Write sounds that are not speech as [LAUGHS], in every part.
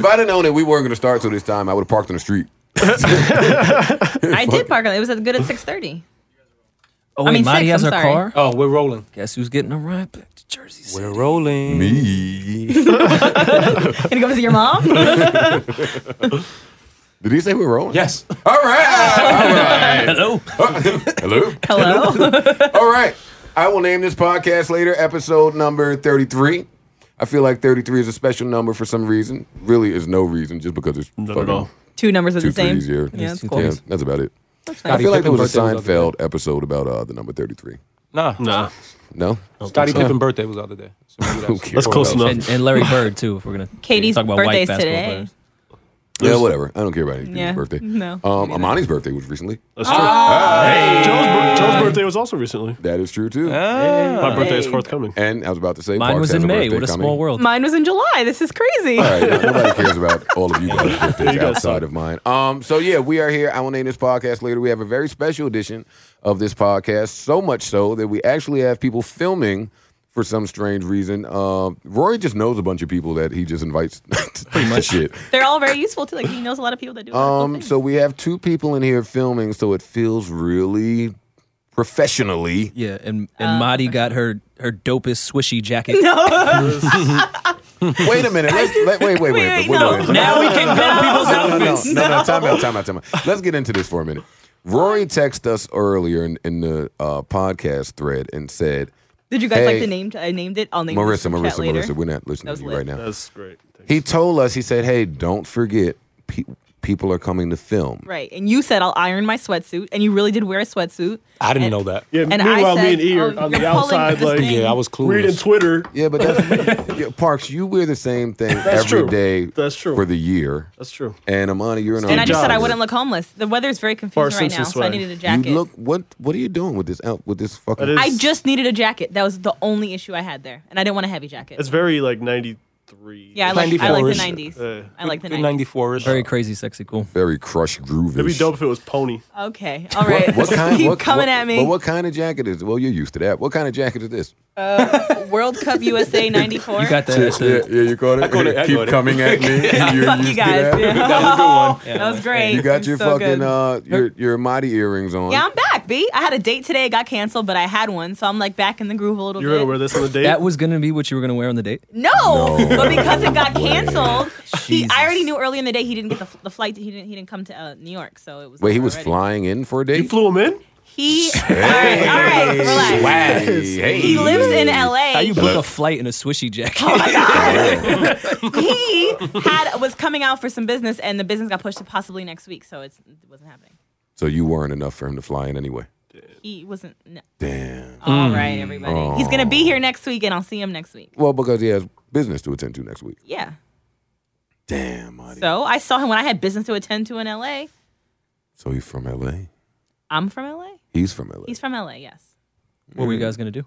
If I'd have known that we weren't going to start till this time, I would have parked on the street. I did park on it. It was at- good at six thirty. I Oh, wait, mean, Monty six, has I'm her sorry. car. Oh, we're rolling. Guess who's getting a ride back to Jersey City? We're Mm. rolling. Me. Gonna go visit [LAUGHS] your mom. Did he say we were rolling? Yes. All [LAUGHS] right. Hello. All right. Hello. [LAUGHS] Hello. All right. I will name this podcast later, episode number 33. I feel like 33 is a special number for some reason. Really is no reason, just because it's at fucking all. Two numbers are two the same. threes here. Yeah, that's Two cool. Yeah, that's about it. That's I nice. feel like there Pippen was a birthday was the Seinfeld episode about uh, the number 33. [LAUGHS] Nah. Nah, No? Scotty Pippen's birthday was the other day. So maybe that's- Okay. that's close enough. And, and [LAUGHS] Larry Bird too. If we're gonna Katie's talk about birthday's white basketball today. players. Yeah, whatever. I don't care about his Yeah. birthday. [LAUGHS] No. Um, Amani's birthday was recently. That's true. Joe's, bir- Joe's birthday was also recently. That is true, too. My birthday is Hey. forthcoming. And I was about to say, Uh, Mine Parks was has in a May. birthday What a coming. small world. Mine was in July. This is crazy. All right, no- nobody cares about all of you guys' birthdays go, outside son. of mine. Um, so yeah, we are here. I will name this podcast later. We have a very special edition of this podcast, so much so that we actually have people filming for some strange reason. Um, Rory just knows a bunch of people that he just invites. [LAUGHS] Pretty much shit. They're all very useful too. Like he knows a lot of people that do. a lot of cool Um, things. so we have two people in here filming, so it feels really [LAUGHS] professionally. Yeah, and and Uh, Madi got her her dopest swishy jacket. Wait a minute. Let's, let, wait, wait, wait. wait, Wait, no. wait, wait. Now we can gun people's no, no, outfits. No, no, no, time out, time out, time out. Let's get into this for a minute. Rory texted us earlier in, in the uh, podcast thread and said, Did you guys hey. like the name? I named it. I'll name it Marissa, in the chat Marissa, later. Marissa, we're not listening was to you lit. right now. That's great. He told us, he said, hey, don't forget, pe- people are coming to film. Right, and you said I'll iron my sweatsuit, and you really did wear a sweatsuit. I didn't know that. Yeah. And I meanwhile, said, me and E oh, are on the you're pulling outside, this like thing. Yeah, I was clueless. reading Twitter. Yeah, but [LAUGHS] that's, yeah, Parks, you wear the same thing every day That's true. That's true. for the year. That's true. And Amani, you're an And I just said I Jobs. wouldn't look homeless. The weather is very confusing Far right now, Simpson so I swag. needed a You jacket. look what? What are you doing with this out with this fucking? That is- I just needed a jacket. That was the only issue I had there, and I didn't want a heavy jacket. It's very like '93. yeah, I like, I like the 94-ish. nineties. Uh, I like the Good nineties. 94 ish. Very crazy, sexy, cool. very crushed groove. It'd be dope if it was Pony. Okay, all right. [LAUGHS] What kind? Keep what, coming what- at me. But what kind of jacket is? it? Well, you're used to that. What kind of jacket is this? World Cup USA '94. You got that? at yeah, the- yeah, you caught it. caught it, I Keep caught it. coming at [LAUGHS] me. You're [LAUGHS] Fuck used you to guys. that. Yeah. That was a [LAUGHS] good one. That was great. You got It your was so fucking good. uh, your your Marty earrings on. yeah, I'm back, B. I had a date today. It got canceled, but I had one, so I'm like back in the groove a little You're bit. gonna wear this on the date. That was gonna be what you were gonna wear on the date. No, No but because it [LAUGHS] got way. canceled, he, Jesus. I already knew early in the day he didn't get the, fl- the flight. He didn't. He didn't come to uh, New York, so it was. Wait, he was already- flying in for a date. you flew him in. He. All right, all right, relax. Hey, He lives in How L.A. you book a flight in a swishy jacket? Oh. he had was coming out for some business, and the business got pushed to possibly next week, so it's, it wasn't happening. So you weren't enough for him to fly in anyway. He wasn't. No. Damn. All Hmm. right, everybody. He's gonna be here next week, and I'll see him next week. Well, because he has business to attend to next week. Yeah. Damn, Marty. So I saw him when I had business to attend to in LA. So he's from L.A. I'm from LA. He's from L.A. He's from LA, yes. what were you guys gonna do?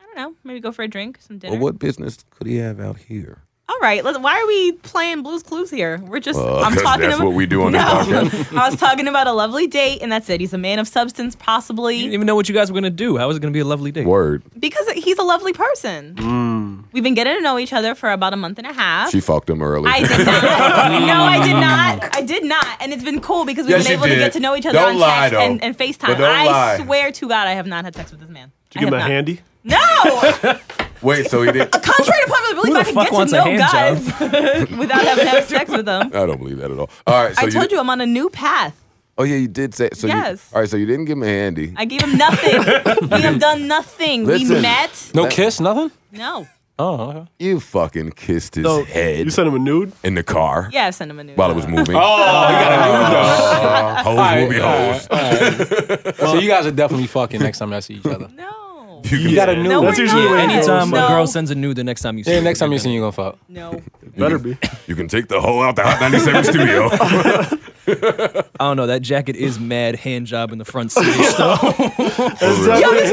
I don't know. Maybe go for a drink, some dinner. well, what business could he have out here? All right. Let's, why are we playing Blues Clues here? We're just. I'm Uh, 'cause talking that's about. what we do on [LAUGHS] this podcast. I was talking about a lovely date, and that's it. He's a man of substance, You didn't possibly even know what you guys were gonna do. How was it gonna be a lovely date? Word. because he's a lovely person. We've been getting to know each other for about a month and a half. Mm. She fucked him early. I [LAUGHS] did not. no, I did not. I did not. And it's been cool because we've Yes, been you able to did. get to know each other Don't on lie, text and, though. and FaceTime. But don't I lie. swear to God, I have not had sex with this man. Did I you give him a have handy? not. No. [LAUGHS] Wait, so he did. Contrary to popular belief, Who the I can fuck get to wants a know hand guys [LAUGHS] without having to have sex [LAUGHS] with them. [LAUGHS] I don't believe that at all. All right, so I told you I'm on a new path. Oh yeah, you did say. So you- Yes. all right, so you didn't give him a handy. I gave [LAUGHS] him nothing. we have done nothing. We Listen. met. No kiss, nothing? No. Oh, okay. you fucking kissed his No, head You sent him a nude. in the car Yeah, I sent him a new. while it was moving. Oh, [LAUGHS] hoes will be hoes. so you guys are definitely fucking next time I see each other. No. [LAUGHS] You can You got a say- new No, um, one. That's we're usually not. the way it goes. Anytime No. a girl sends a nude, the next time you see [LAUGHS] Yeah, her, next time you see you're you, you're gonna fuck. No. Better be. You can take the hoe out the Hot [LAUGHS] 97 studio. [LAUGHS] gonna- I don't know. That jacket [LAUGHS] is mad hand job in the front seat. So Yo, this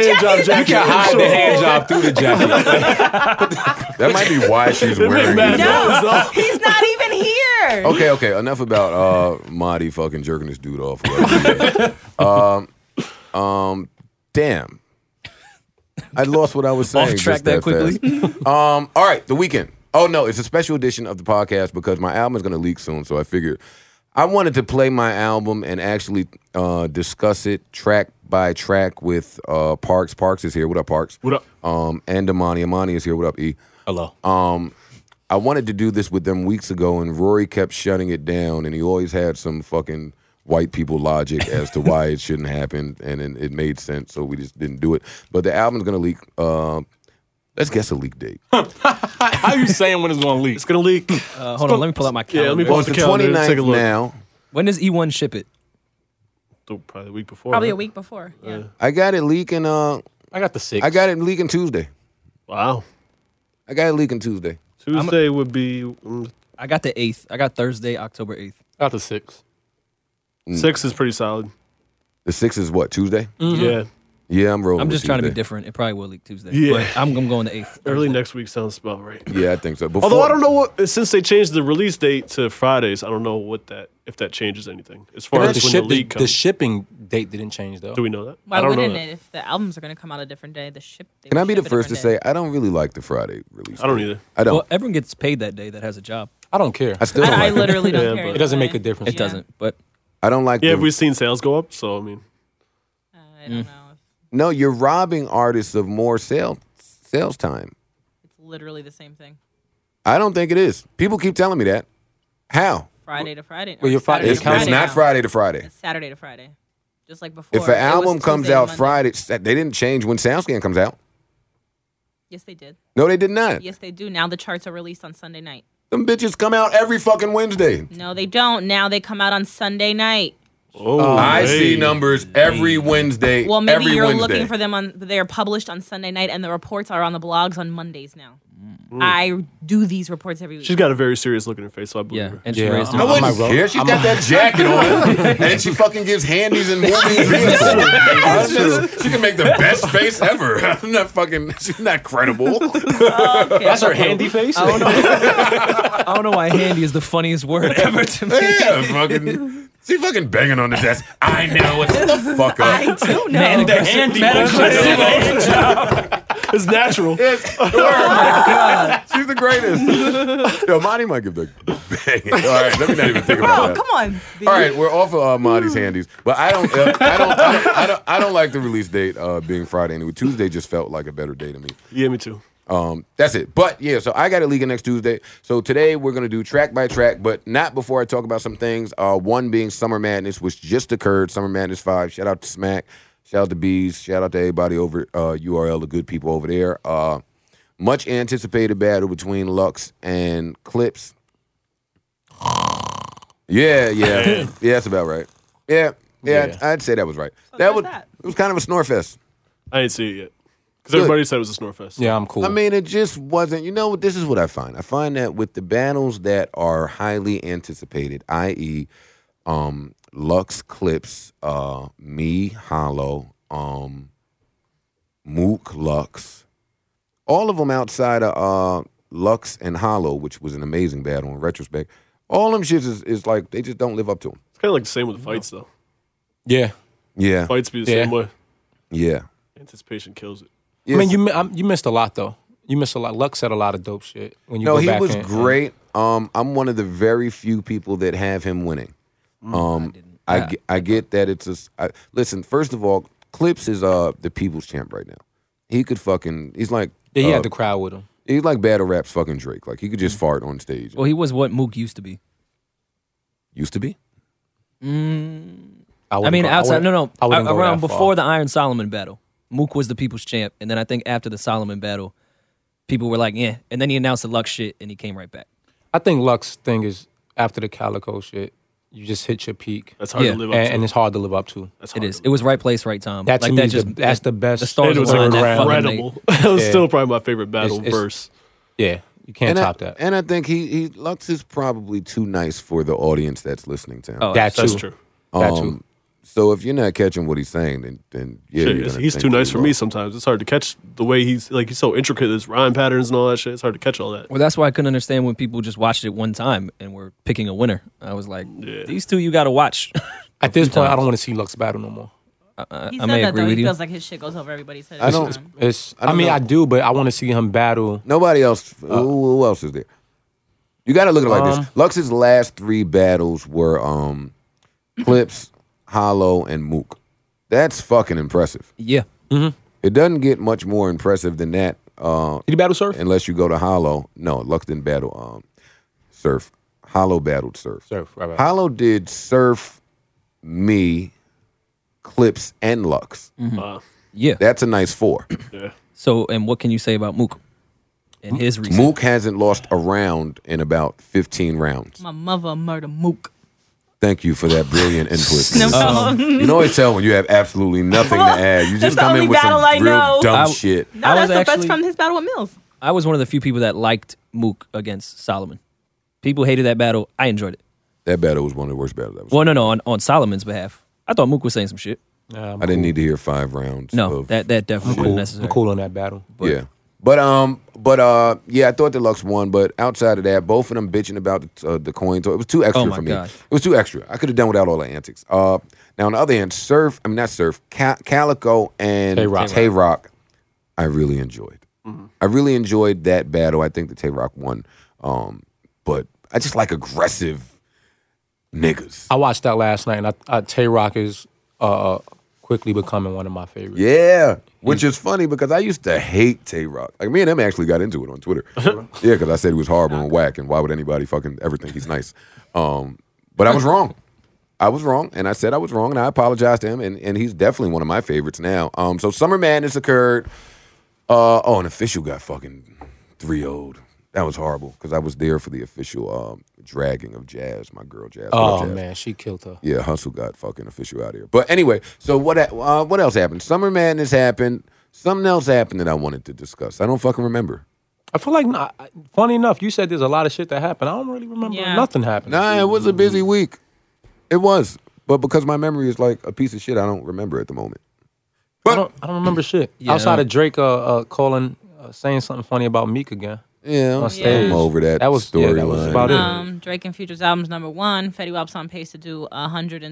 jacket is You can hide the hand job through the [LAUGHS] jacket. that might be why she's wearing mad it. [LAUGHS] No. He's not even here. Okay, okay. Enough about uh Marty fucking jerking this dude off. [LAUGHS] um, um, damn. I lost what I was saying. Off track just that quickly? fast. Um, all right, the weekend. Oh no, it's a special edition of the podcast because my album is going to leak soon. So I figured I wanted to play my album and actually uh, discuss it track by track with uh, Parks. Parks is here. What up, Parks? What up? Um, and Amani. Amani is here. What up, E? Hello. Um, I wanted to do this with them weeks ago, and Rory kept shutting it down, and he always had some fucking white people logic as to why it shouldn't happen, and, then it made sense, so we just didn't do it. But the album's gonna leak. Uh, let's guess a leak date. How you saying when it's gonna leak? It's gonna leak. Uh, hold on, let me pull out my [LAUGHS] Yeah, calendar. let me Well, pull- it's the calendar, let's take a 29th look. now. when does E1 ship it? Probably the week before. Probably right? a week before. Yeah. I got it leaking. Uh, I got the six. I got it leaking Tuesday. Wow. I got it leaking Tuesday. Tuesday would be mm, I got the 8th. I got Thursday, October 8th. I got the six. six is pretty solid. The six is what Tuesday? Yeah. Yeah, I'm rolling. I'm with just trying to be Tuesday. different. It probably will leak Tuesday. Yeah. But I'm, I'm going to 8th. [LAUGHS] Early next week sounds about right. Yeah, I think so. Before, Although I don't know what since they changed the release date to Fridays, I don't know what that if that changes anything as far The, as when the ship, the, league the comes. shipping date didn't change though. Do we know that? Why I don't know wouldn't that. it if the albums are going to come out a different day? The ship. They Can I would be the ship a first to different day. say I don't really like the Friday release? I don't date. either. I don't. Well, everyone gets paid that day that has a job. I don't care. I still don't. I, I like it. literally don't Yeah, care. but- It doesn't make a anyway. difference. It Yeah. doesn't, but I don't like. Yeah, the, we've seen sales go up, so I mean, Uh, I Mm. don't know. No, you're robbing artists of more sale sales time. It's literally the same thing. I don't think it is. People keep telling me that. How? Friday to Friday. Well, or your Friday- Saturday It's, to It's it's not now. Friday to Friday. It's Saturday to Friday, just like before. If an It was album comes Tuesday to out Monday. Friday, they didn't change when SoundScan comes out. yes, they did. No, they did not. Yes, they do. Now the charts are released on Sunday night. Them bitches come out every fucking Wednesday. No, they don't. Now they come out on Sunday night. oh, I hey. see numbers every Wednesday. Well, maybe every you're Wednesday. looking for them on. They are published on Sunday night, and the reports are on the blogs on Mondays now. Mm. I do these reports every week. She's got a very serious look in her face, so I believe yeah. her. And she Yeah, raised I'm- I her- wouldn't Am I wrong? care. She's got that jacket on, [LAUGHS] and she fucking gives handies and [LAUGHS] movies. she can make the best face ever. [LAUGHS] I'm not fucking. She's not credible. [LAUGHS] Okay. That's her handy face. I don't know. [LAUGHS] I don't know why handy is the funniest word [LAUGHS] ever to me. Yeah, fucking. She fucking banging on the desk. I know it. Shut the fuck up. I do know. Man, That's aggressive- man, aggressive [LAUGHS] hand job. [LAUGHS] It's natural. [LAUGHS] Yes. Oh She's the greatest. [LAUGHS] Yo, Monty might give the bang. All right, let me not even think about Bro, that. Oh, come on. B. All right, we're off of uh, Monty's handies, but I don't, uh, I don't, I don't, I don't, I don't like the release date uh, being Friday anyway. Tuesday just felt like a better day to me. Yeah, me too. Um, that's it. But yeah, so I got a league next Tuesday. So today we're gonna do track by track, but not before I talk about some things. Uh, one being Summer Madness, which just occurred. Summer Madness Five. Shout out to Smack. Shout out to Bees. Shout out to everybody over uh, URL, the good people over there. Uh, much anticipated battle between Lux and Clips. Yeah, yeah, yeah. That's about right. Yeah, yeah. I'd, I'd say that was right. that there's was that. it was kind of a snore fest. I ain't see it yet because Good. everybody said it was a snore fest. Yeah, I'm cool. I mean, it just wasn't. You know what? This is what I find. I find that with the battles that are highly anticipated, i.e., um, Lux Clips, uh, Me Hollow, um, Mook Lux, all of them outside of uh, Lux and Hollow, which was an amazing battle in retrospect. All them shits is, is like they just don't live up to them. It's kind of like the same with the fights, though. yeah. Yeah, Fights be the Yeah. same way. yeah. Anticipation kills it. Yes. I mean, you mi- I'm- you missed a lot though. You missed a lot. Luck said a lot of dope shit when you no, go he back was and- great. Um, I'm one of the very few people that have him winning. Mm, Um, I, ge- I get that it's a s I listen. First of all, Clips is uh the people's champ right now. He could fucking. He's like Yeah, he uh, had the Mm. crowd with him. he's like battle raps fucking Drake. Like he could just fart on stage. Well, he was what Mook used to be. Used to be. I mean, outside, no, no, I wouldn't go around that far. before the Iron Solomon battle, Mook was the people's champ, and then I think after the Solomon battle, people were like, yeah, and then he announced the luck shit, and he came right back. I think Luck's thing is after the Calico shit, you just hit your peak, That's hard Yeah. to live and, up to. and it's hard to live up to. That's It hard is. to It was right place, right time. That to like me that is the- just that's the best- The It stars It was aligned that fucking night. incredible. [LAUGHS] That was Yeah. still probably my favorite battle It's- it's- verse. Yeah, you can't And I, top that. and I think he, he Lux is probably too nice for the audience that's listening to him. Oh, that That's too. true. That Um, too. So if you're not catching what he's saying, then then yeah, Shit, you're he's- gonna he's think too that nice he for me lost. sometimes. It's hard to catch the way he's like he's so intricate. His rhyme patterns and all that shit. It's hard to catch [LAUGHS] all that. Well, that's why I couldn't understand when people just watched it one time and were picking a winner. I was like, Yeah. these two you got to watch. [LAUGHS] At this point, I don't want to see Lux battle no more. I, I, He Uh, I said may that agree though. He with you. feels like his shit goes over everybody's head. I every don't- time. It's. I I, don't mean, know. I do, but I want to see him battle. Nobody else. who, who else is there? You got to look at it like Uh. Um, this. Lux's last three battles were um, Clips, Hollow, and Mook. That's fucking impressive. yeah. It doesn't get much more impressive than that uh, Did he battle Surf? unless you go to Hollow. No, Lux didn't battle um, Surf. Hollow battled Surf. Surf, right, right. Hollow did Surf, me, Clips, and Lux. Mm. Uh, Yeah. That's a nice [CLEARS THROAT] four. yeah. So, and what can you say about Mook and his recent? Mook hasn't lost a round in about 15 rounds. My mother murder [LAUGHS] mook. Thank you for that brilliant input. [LAUGHS] Um, No, You can always tell when you have absolutely nothing to add. You just That's the come only in with some battle I real know. dumb I- shit. no, I that's was the actually- best from his battle with Mills. I was one of the few people that liked Mook against Solomon. People hated that battle. I enjoyed it. That battle was one of the worst battles I've seen. Well, no, no, on, on Solomon's behalf, I thought Mook was saying some shit. Nah, I'm I didn't cool. need to hear five rounds. No, of, that that I'm definitely cool. wasn't necessary. I'm cool on that battle. yeah, but um, but uh, yeah, I thought Deluxe won, but outside of that, both of them bitching about the, uh, the coin. So it was too extra Oh my for me. God. It was too extra. I could have done without all the antics. Uh, now on the other hand, Surf, I mean not Surf, Ca- Calico and Tay Tay-Rock. Rock. I really enjoyed. Mm-hmm. I really enjoyed that battle. I think the Tay Rock won. Um, but I just like aggressive niggas. I watched that last night, and I, I Tay Rock is uh, quickly becoming one of my favorites. Yeah, which is funny because I used to hate Tay Rock. Like me and him actually got into it on Twitter. yeah, because I said he was horrible and whack, and why would anybody fucking ever think he's nice? Um, but I was wrong. I was wrong, and I said I was wrong, and I apologized to him, and, and he's definitely one of my favorites now. Um, so Summer Madness occurred. Uh, oh, an official got fucking three old. That was horrible because I was there for the official um, dragging of Jazz, my girl Jazz. Love Oh Jazz. man, she killed her. Yeah, hustle got fucking official out here. But anyway, so what? Uh, what else happened? Summer Madness happened. Something else happened that I wanted to discuss. I don't fucking remember. I feel like not. Funny enough, you said there's a lot of shit that happened. I don't really remember Yeah. nothing happened. Nah, it was a Mm. busy week. It was, but because my memory is like a piece of shit, I don't remember at the moment. I don't, I don't remember shit Yeah, outside no. of Drake uh, uh, calling, uh, saying something funny about Meek again. Yeah, I'm, On stage. I'm over that. That was- yeah, that was storyline. about it. Yeah. Um, Drake and Future's album's number one. Fetty Wap's on pace to do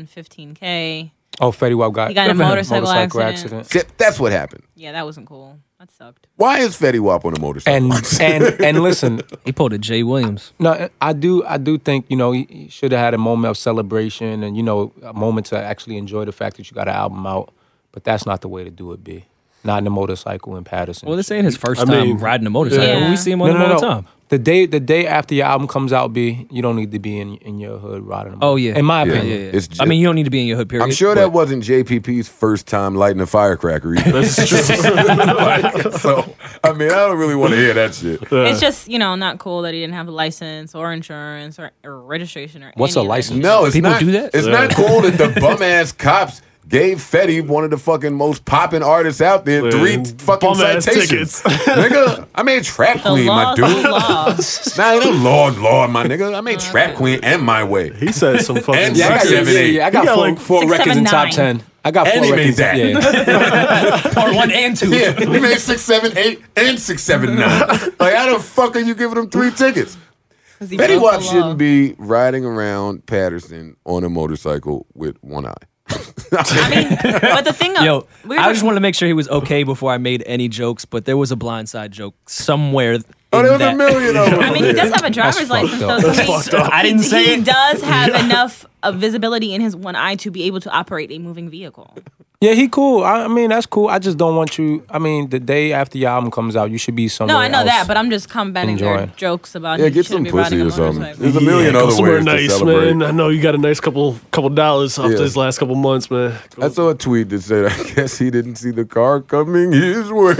115k. Oh, Fetty Wap got He got in a [LAUGHS] Good for him. motorcycle accident. Shit, That's what happened. Yeah, that wasn't cool. That sucked. Why is Fetty Wap on a motorcycle? And and and listen, [LAUGHS] He pulled a Jay Williams. no, I do I do think you know he- he should have had a moment of celebration and you know a moment to actually enjoy the fact that you got an album out, but that's not the way to do it. B, not in a motorcycle in Patterson. Well, this ain't his first I time mean- riding a motorcycle. Yeah. We see him on no, the no, all no. the time. The day the day after your album comes out, B, you don't need to be in in your hood riding. a Oh, motor- yeah. in my Yeah, opinion. Yeah, It's I mean, you don't need to be in your hood period. I'm sure but that wasn't JPP's first time lighting a firecracker either. [LAUGHS] [LAUGHS] That's true. so, I mean, I don't really want to hear that shit. it's just you know not cool that he didn't have a license or insurance or, or registration or What's a any of that license? shit. No, it's People not, do that? It's not cool that [LAUGHS] the bum ass cops gave Fetty one of the fucking most popping artists out there Yeah. three fucking Bum-ass citations. tickets. [LAUGHS] nigga, I made trap The queen, my law, dude. the law. [LAUGHS] Nah, ain't no law, law, my nigga. I made trap queen and my way. he said some fucking. And yeah, I got records. seven, eight. I got, He got, four, like, four six, records seven, in top nine. ten. I got And four he made records. that. [LAUGHS] Yeah. part one and [LAUGHS] two. Yeah, he made six, seven, eight, and six, seven, nine. Like, how the fuck are you giving him three tickets? 'Cause he Fetty broke Wap the law. shouldn't be riding around Patterson on a motorcycle with one eye. [LAUGHS] I mean, but the thing, [LAUGHS] Yo, we were I talking- just wanted to make sure he was okay before I made any jokes, but there was a blindside joke somewhere. in oh, there was that. a million of them. I mean, he does have a driver's license, though. So he, I didn't say he it. [LAUGHS] does have enough of visibility in his one eye to be able to operate a moving vehicle. [LAUGHS] yeah, he cool. I, I mean, that's cool. I just don't want you. I mean, the day after your album comes out, you should be somewhere. No, I know else. that, but I'm just combating their Enjoy. jokes about Yeah, he get shouldn't some be riding pussy a or something. motorcycle. There's a million Go other somewhere ways to nice, celebrate. man. I know you got a nice couple couple dollars off Yeah. this last couple months, man. Go- I saw a tweet that said, "I guess he didn't see the car coming his way." [LAUGHS]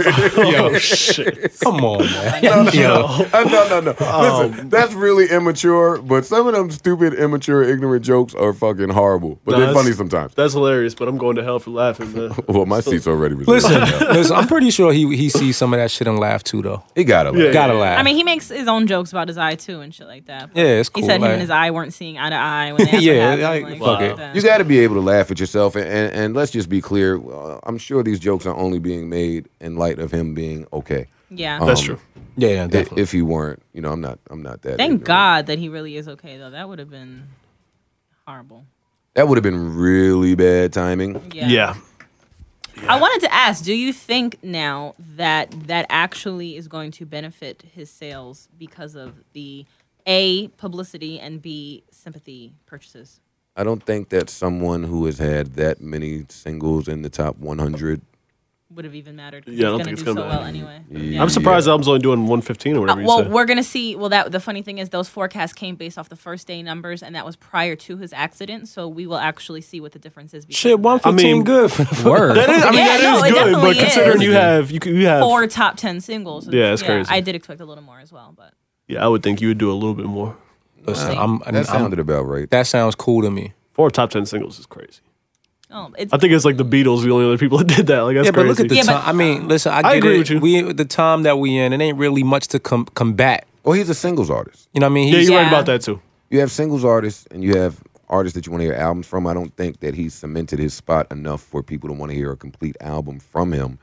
[LAUGHS] oh shit! Oh, Come [LAUGHS] on, man. no, no, no, Uh, no, no, [LAUGHS] no. Listen, that's really immature. But some of them stupid, immature, ignorant jokes are fucking horrible. But No, they're that's- funny sometimes. That's hilarious, but I'm going to hell for laughing, man. Well, my seat's already reserved. Listen, listen. I'm pretty sure he he sees some of that shit and laugh too, though. he got it. Yeah. Gotta laugh. I mean, he makes his own jokes about his eye too and shit like that. Yeah, it's He cool, said him like- and his eye weren't seeing eye to eye when [LAUGHS] they had Yeah, to happen, like, like, fuck shit it. like that. You got to be able to laugh at yourself, and, and, and let's just be clear. uh, I'm sure these jokes are only being made in light of him being okay. yeah. Oh. That's true. yeah, yeah, I- definitely. If he weren't, you know, I'm not. I'm not that. Thank ignorant. God that he really is okay though. That would have been horrible. That would have been really bad timing. Yeah. Yeah, I wanted to ask, do you think now that that actually is going to benefit his sales because of the A publicity and B sympathy purchases? I don't think that someone who has had that many singles in the top 100. Would have even mattered. 'cause he's Yeah, I don't think it's do gonna so matter. well anyway. Yeah. I'm surprised the album's only doing 115 or Uh, whatever. you well, said. we're gonna see. Well, that the funny thing is those forecasts came based off the first day numbers, and that was prior to his accident. So we will actually see what the difference is. because Shit, of that. one fifteen I mean- good. [LAUGHS] Word. That is, I mean, Yeah, that no, is it good, definitely but considering is. you have, you, c- you have, four top ten singles. Yeah, that's crazy. I did expect a little more as well, but yeah, I would think you would do a little bit more. Listen, I'm, I'm, That sounded about right. that sounds cool to me. Four top 10 singles is crazy. oh, it's I think it's like the Beatles, the only other people [LAUGHS] that did that. Like, that's yeah, crazy. but look at the Yeah, but- time. I mean, listen, I, get agree it. with you. We the time that we in, it ain't really much to com- combat. Well, he's a singles artist. You know what I mean? yeah, He's- you're right Yeah. about that too. You have singles artists and you have artists that you want to hear albums from. I don't think that he's cemented his spot enough for people to want to hear a complete album from him.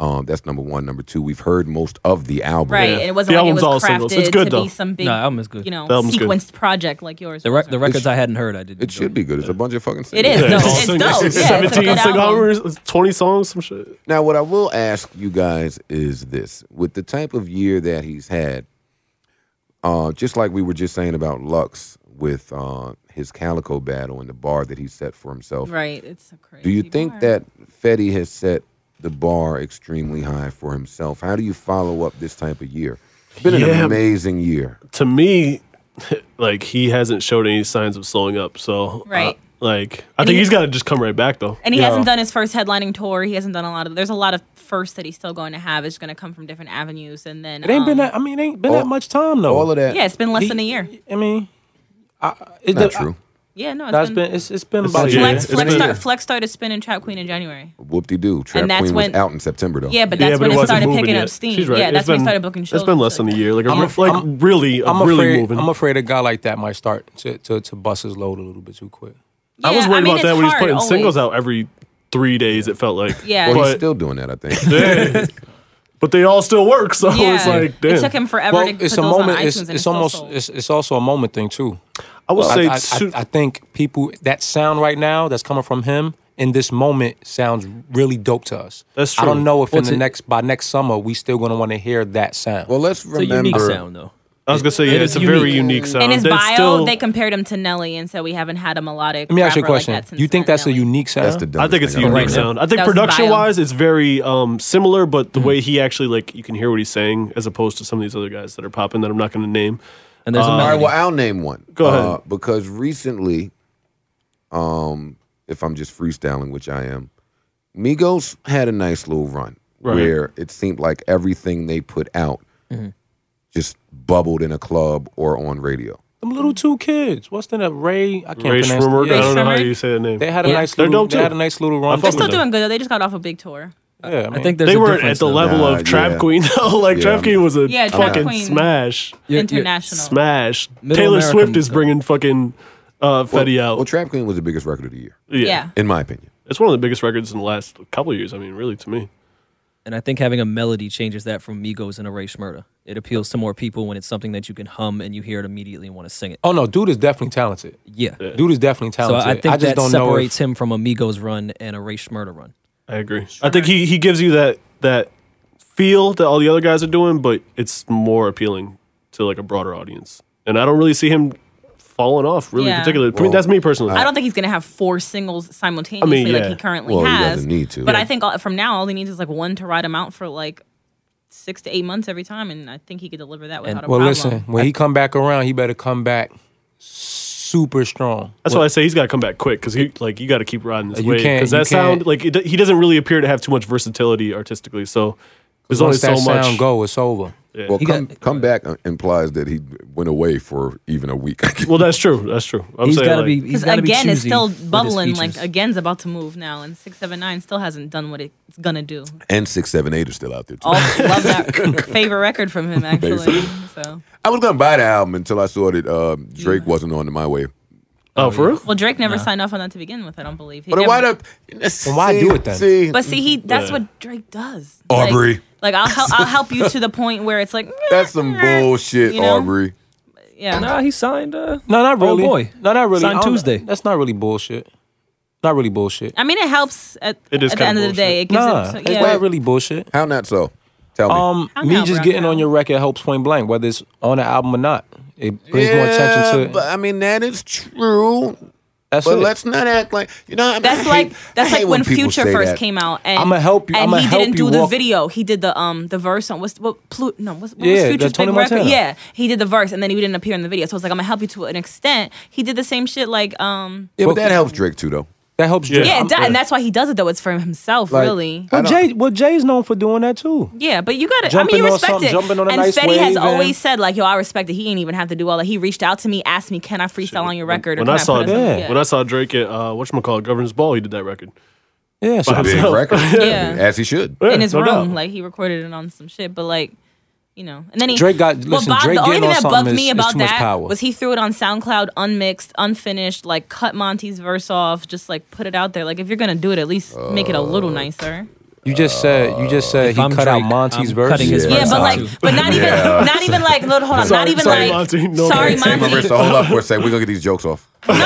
Um, that's number one. Number two, we've heard most of the album. right. Yeah. And it wasn't The like it was album's all crafted singles. It's good, to though. be some big, Nah, album is good. you know, The album's good. sequenced project like yours. The, was rec- the or- records I hadn't heard, I did. It should be good. It's a bunch of fucking It singles. is. [LAUGHS] No, all it's singles. dope. Yeah, it's a good 17 album. single hours, it's 20 songs, some shit. Now, what I will ask you guys is this: with the type of year that he's had, uh, just like we were just saying about Lux with uh, his Calico battle and the bar that he set for himself, right. It's a crazy. do you think bar. that Fetty has set the bar extremely high for himself? How do you follow up this type of year? It's been an Yeah. amazing year. To me, [LAUGHS] like, he hasn't showed any signs of slowing up. So, uh, Right. like, I And think he- he's got to just come right back, though. And he Yeah. hasn't done his first headlining tour. He hasn't done a lot of. There's a lot of firsts that he's still going to have. It's going to come from different avenues, and then It ain't been um, that. I mean, it ain't been all- that much time though. All of that. Yeah, it's been less He- than a year. I mean, I, it, Not I- true. Yeah, no, no, it's been it's, it's been It's about like- a year. Yeah, Flex, it's Flex, been a start, year. Flex started spinning Trap Queen in January. Whoop de doo. Trap And that's Queen when- was out in September though. Yeah, but Yeah, that's but when it it, wasn't started moving picking yet. up steam. She's right. Yeah, that's It's when been- he started booking shows. It's been and less shit than a like year. Like, I'm I'm af- like I'm- really, I'm, I'm really afraid. moving. I'm afraid a guy like that might start to, to, to bust his load a little bit too quick. that. I was Yeah, worried mean, about that it's when he's hard putting singles always. out every three days. It felt like, Yeah. Well, he's but, still doing that, I think. but they all still work. [LAUGHS] So it's Yeah. like, damn. it took him forever Well, to it's put a those moment. on iTunes It's, and it's, it's almost. still sold. It's, it's also a moment thing too. I would say, I, I, two- I, I think people that sound right now that's coming from him in this moment sounds really dope to us. That's I true. don't know if in the it- next by next summer we still gonna want to hear that sound. Well, let's It's a unique remember sound though. I was gonna say, yeah, It it's is a very unique sound. in his That's bio, still- they compared him to Nelly and said we haven't had a melodic. Let me ask you a rapper like question. that since you think that that's a Nelly. unique sound? that's the dumbest I think it's a thing I've unique ever heard. sound. I think That was his bio. production wise, it's very um, similar, but the way he actually like you can hear what he's saying as opposed to some of these other guys that are popping that I'm not gonna name. And there's a All right, melody. well, I'll name one. Go ahead. Uh, because recently, um, if I'm just freestyling, which I am, Migos had a nice little run Right. Mm-hmm. where it seemed like everything they put out just bubbled in a club or on radio. Them little two kids. What's the name? Ray. I can't Ray pronounce. Schremer, I don't know how Schremer? you say the name. They had a Yeah. nice. They're little, dope, They too. had a nice little I run. fuck They're with too. still them. doing good though. They just got off a big tour. Yeah, I, mean, I think there's They a weren't at difference, the though. level Nah, of Trap yeah. Queen [LAUGHS] though. Like Yeah. Trap Queen was a Yeah, Trap fucking Queen. smash, You're- you're- International. smash. Middle Taylor America Swift is though. bringing fucking uh, Fetty out. Well, Trap Queen was the biggest record of the year, yeah. yeah. in my opinion. it's one of the biggest records in the last couple of years. I mean, really, to me. And I think having a melody changes that from Migos and a Ray Shmurda. It appeals to more people when it's something that you can hum and you hear it immediately and want to sing it. Oh no, dude is definitely talented. Yeah. Dude is definitely So talented. I think just that don't know. if- separates him from a Migos run and a Ray Shmurda run. I agree. I think he he gives you that that feel that all the other guys are doing, but it's more appealing to like a broader audience. And I don't really see him falling off really Yeah. particularly. I mean, Well, that's me personally. I don't think he's gonna have four singles simultaneously I mean, yeah. like he currently Well, he has. doesn't need to. But Yeah. I think all, from now all he needs is like one to ride him out for like six to eight months every time, and I think he could deliver that without a Well, problem. listen. When he come back around, he better come back super strong. that's why I say he's got to come back quick because he like you got to keep riding this You wave can't- because you that sound can't- like it, he doesn't really appear to have too much versatility artistically. So there's only Once so that much. sound go, it's over. Well, He come, got- come back uh, implies that he went away for even a week. [LAUGHS] Well, that's true. That's true. I'm He's saying got to like, be. He's Because got to be again, it's choosy still with his bubbling. Like features. again's about to move now, and six seven nine still hasn't done what it's gonna do. and 678 are still out there, too. [LAUGHS] All love that favorite record from him actually. So Oh. I was going to buy the album until I saw that uh, Drake wasn't on My Way. oh, for real? well, Drake never signed off on that to begin with. I don't believe. He But never- why not? why do it then? See, But see, he that's Yeah. what Drake does. Aubrey. Like, like, I'll help. I'll help you to the point where it's like [LAUGHS] That's [LAUGHS] some bullshit, You know? Aubrey. Yeah. Nah, he signed. Uh, No, not Oh, really. boy. No, not really. Signed I don't- Tuesday. That's not really bullshit. Not really bullshit. I mean, it helps at, It is at the kinda end of the day. It gives Nah, it. it's So, yeah. not really bullshit. How not so? Tell me. Um, How me not, just bro? getting on your record helps point blank, whether it's on the album or not. It brings more attention to But it. I mean, that is true. That's But it. let's not act like you know. I mean, That's I like hate- I that's hate like when, people Future say first that. came out, and I'ma help you- And I'ma he help didn't you do the walk- video. He did the um the verse on what's what Plu- no what's, what Yeah, was the Future's big Tony record? Montana. Yeah, he did the verse, and then he didn't appear in the video. So it's like I'm gonna help you to an extent. He did the same shit like um Yeah, but Well, that helps Drake too, though. That helps. Yeah. Drake. yeah, I'm- it does, and that's why he does it though. It's for himself, Like, really. I Well, don't- Jay, well, Jay's known for doing that too. Yeah, but you gotta. I Jumping mean, you on respect something, it. jumping on a and nice Fetty has wave always and- said like, "Yo, I respect it. He ain't even have to do all that. He reached out to me, asked me, can I freestyle on your record?" When or I can saw put it on Yeah. something?" when I saw Drake at uh, whatchamacallit, Governor's Ball, he did that record. Yeah, so But- Big So- record, Yeah. [LAUGHS] as he should. [LAUGHS] Yeah, in his no room. doubt. Like he recorded it on some shit, but like, you know. And then he Drake got- listen, Drake the only thing getting on that something bugged is- me is about too much that power. was he threw it on SoundCloud, unmixed, unfinished. Like cut Monty's verse off, just like put it out there. Like if you're gonna do it, at least make it a little nicer. you just said you Uh, just said If he I'm cut Drake, out Monty's I'm verse. cutting [LAUGHS] his Yeah, Yeah, verse but out like, too. but not even, Yeah. [LAUGHS] not even like, look, hold on, Sorry- not even sorry, like, Monty. No, sorry, thanks. Hey, Hey, Monty. Marissa, hold up for a second. We're gonna get these jokes off. No, [LAUGHS]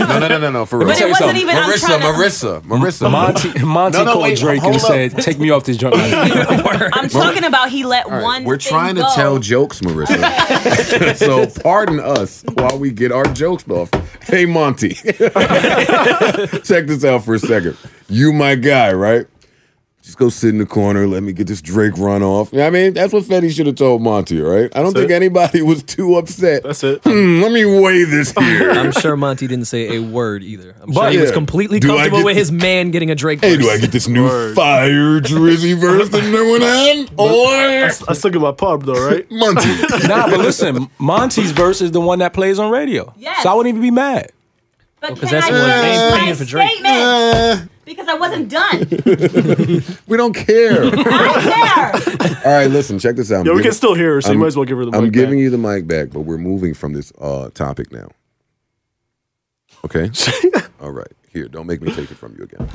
No, no, no, no, no. For real. But it wasn't even- I'm Marissa, trying to- Marissa, Marissa, Monty Monty No, no, called wait, Drake hold and up. said, "Take me off this [LAUGHS] joint." I'm talking about he let All right, one. We're thing trying to go. tell jokes, [LAUGHS] Marissa. so pardon us while we get our jokes off. Hey, Monty. [LAUGHS] Check this out for a second. You my guy, right? Just go sit in the corner. Let me get this Drake run off. You know what I mean, that's what Fetty should have told Monty, right? I don't That's think it. anybody was too upset. That's it. [LAUGHS] Hmm, let me weigh this here. [LAUGHS] I'm sure Monty didn't say a word either. I'm But- sure he was Yeah. completely Do I comfortable get- with his man getting a Drake. Hey, verse. do I get this new Word. fire drizzy verse that no one [LAUGHS] had? I, Or s- I still get my pub though, right? Monty? [LAUGHS] nah, but listen, Monty's verse is the one that plays on radio. Yes. So I wouldn't even be mad. But Because can that's I the one they finish ain't my paying for Drake. statement? Uh, Because I wasn't done. we don't [LAUGHS] care. I don't care. All right, listen, check this out. I'm Yeah, we giving- can still hear her, so I'm- you might as well give her the. I'm mic giving back. you the mic back, but we're moving from this uh, topic now. [LAUGHS] Okay? All right. Here, don't make me take it from you again.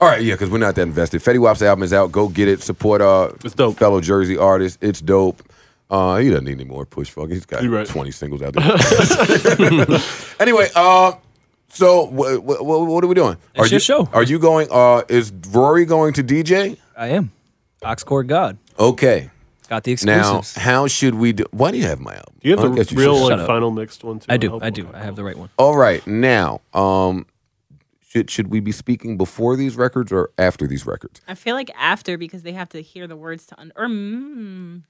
All right, yeah, because we're not that invested. Fetty Wap's album is out. Go get it. Support uh, It's dope. fellow Jersey artist. It's dope. Uh, he doesn't need any more push fuck. He's got You're right. 20 singles out there. [LAUGHS] anyway, uh, so wh- wh- wh- what are we doing? It's are your you, show. Are you going? Uh, is Rory going to DJ? I am. Oxcord God Okay. got the Now, exclusives. how should we do? Why do you have my album? Do you I have guess the you real should- like Shut up. final mixed one too? Oh, I do. hope. I do. Okay. I have the right one. All right, now, um, should should we be speaking before these records or after these records? I feel like after because they have to hear the words to un- or mm,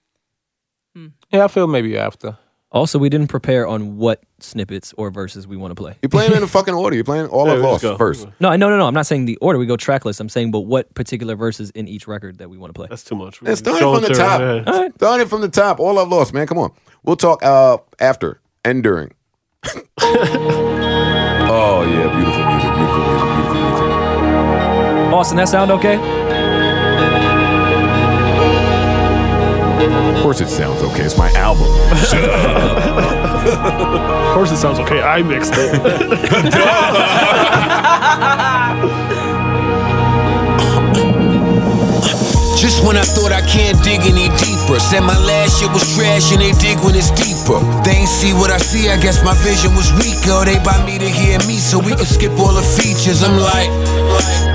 Yeah, I feel maybe after. Also, we didn't prepare on what snippets or verses we want to play. You're playing [LAUGHS] in a fucking order. You're playing all Yeah, I've let's lost go. first. No, I- no, no, no. I'm not saying the order. We go track list. I'm saying, but what particular verses in each record that we want to play. That's too much. Let's start We're it going from the to- top. yeah. All right. Done it from the top. All I've lost, man. Come on. We'll talk uh after and [LAUGHS] during. oh yeah, beautiful music, beautiful music, beautiful music. Austin, that sound okay? Of course, it sounds okay. It's my album. Of course, it sounds okay. I mixed it. [LAUGHS] Just when I thought I can't dig any deeper. Said my last shit was trash and they dig when it's deeper. They ain't see what I see, I guess my vision was weaker. They buy me to hear me so we can skip all the features. I'm like,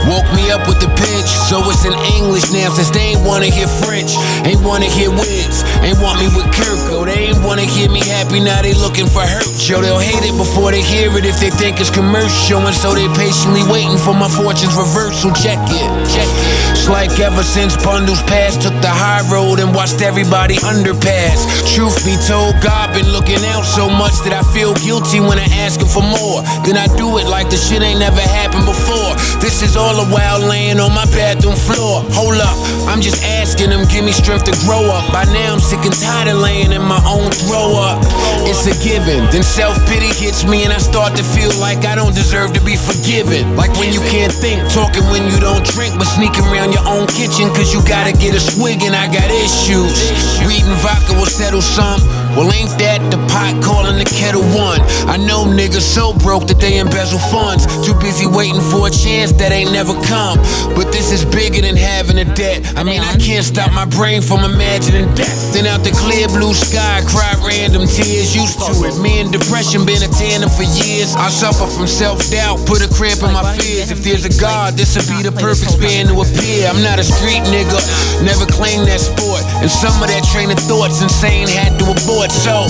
woke me up with the pitch. So it's in English now since they ain't wanna hear French. Ain't wanna hear Wiz, ain't want me with Kirko. They ain't wanna hear me happy, now they looking for hurt. Yo, they'll hate it before they hear it if they think it's commercial. And so they patiently waiting for my fortune's reversal. Check it, check it. It's like ever since bundles passed, took the high road and watched everybody underpass. Truth be told, God been looking out so much that I feel guilty when I ask him for more. Then I do it like the shit ain't never happened before. This is all a while laying on my bathroom floor. Hold up, I'm just asking him, give me strength to grow up. By now I'm sick and tired of laying in my own throw up. It's a given. Then self pity hits me and I start to feel like I don't deserve to be forgiven. Like when you can't think, talking when you don't drink, but sneaking around your own kitchen cause you gotta get a swig and I got issues. Weed and vodka will settle some. Well, ain't that the pot calling the kettle one? I know niggas so broke that they embezzle funds. Too busy waiting for a chance that ain't never come. But this is bigger than having a debt. I mean, I can't stop my brain from imagining death. Then out the clear blue sky, cry random tears. Used to it. Me and depression been a tandem for years. I suffer from self doubt, put a cramp in my fears. If there's a God, this'll be the perfect span to appear. I'm not a street nigga, never claimed that sport. And some of that train of thoughts insane had to abort. So,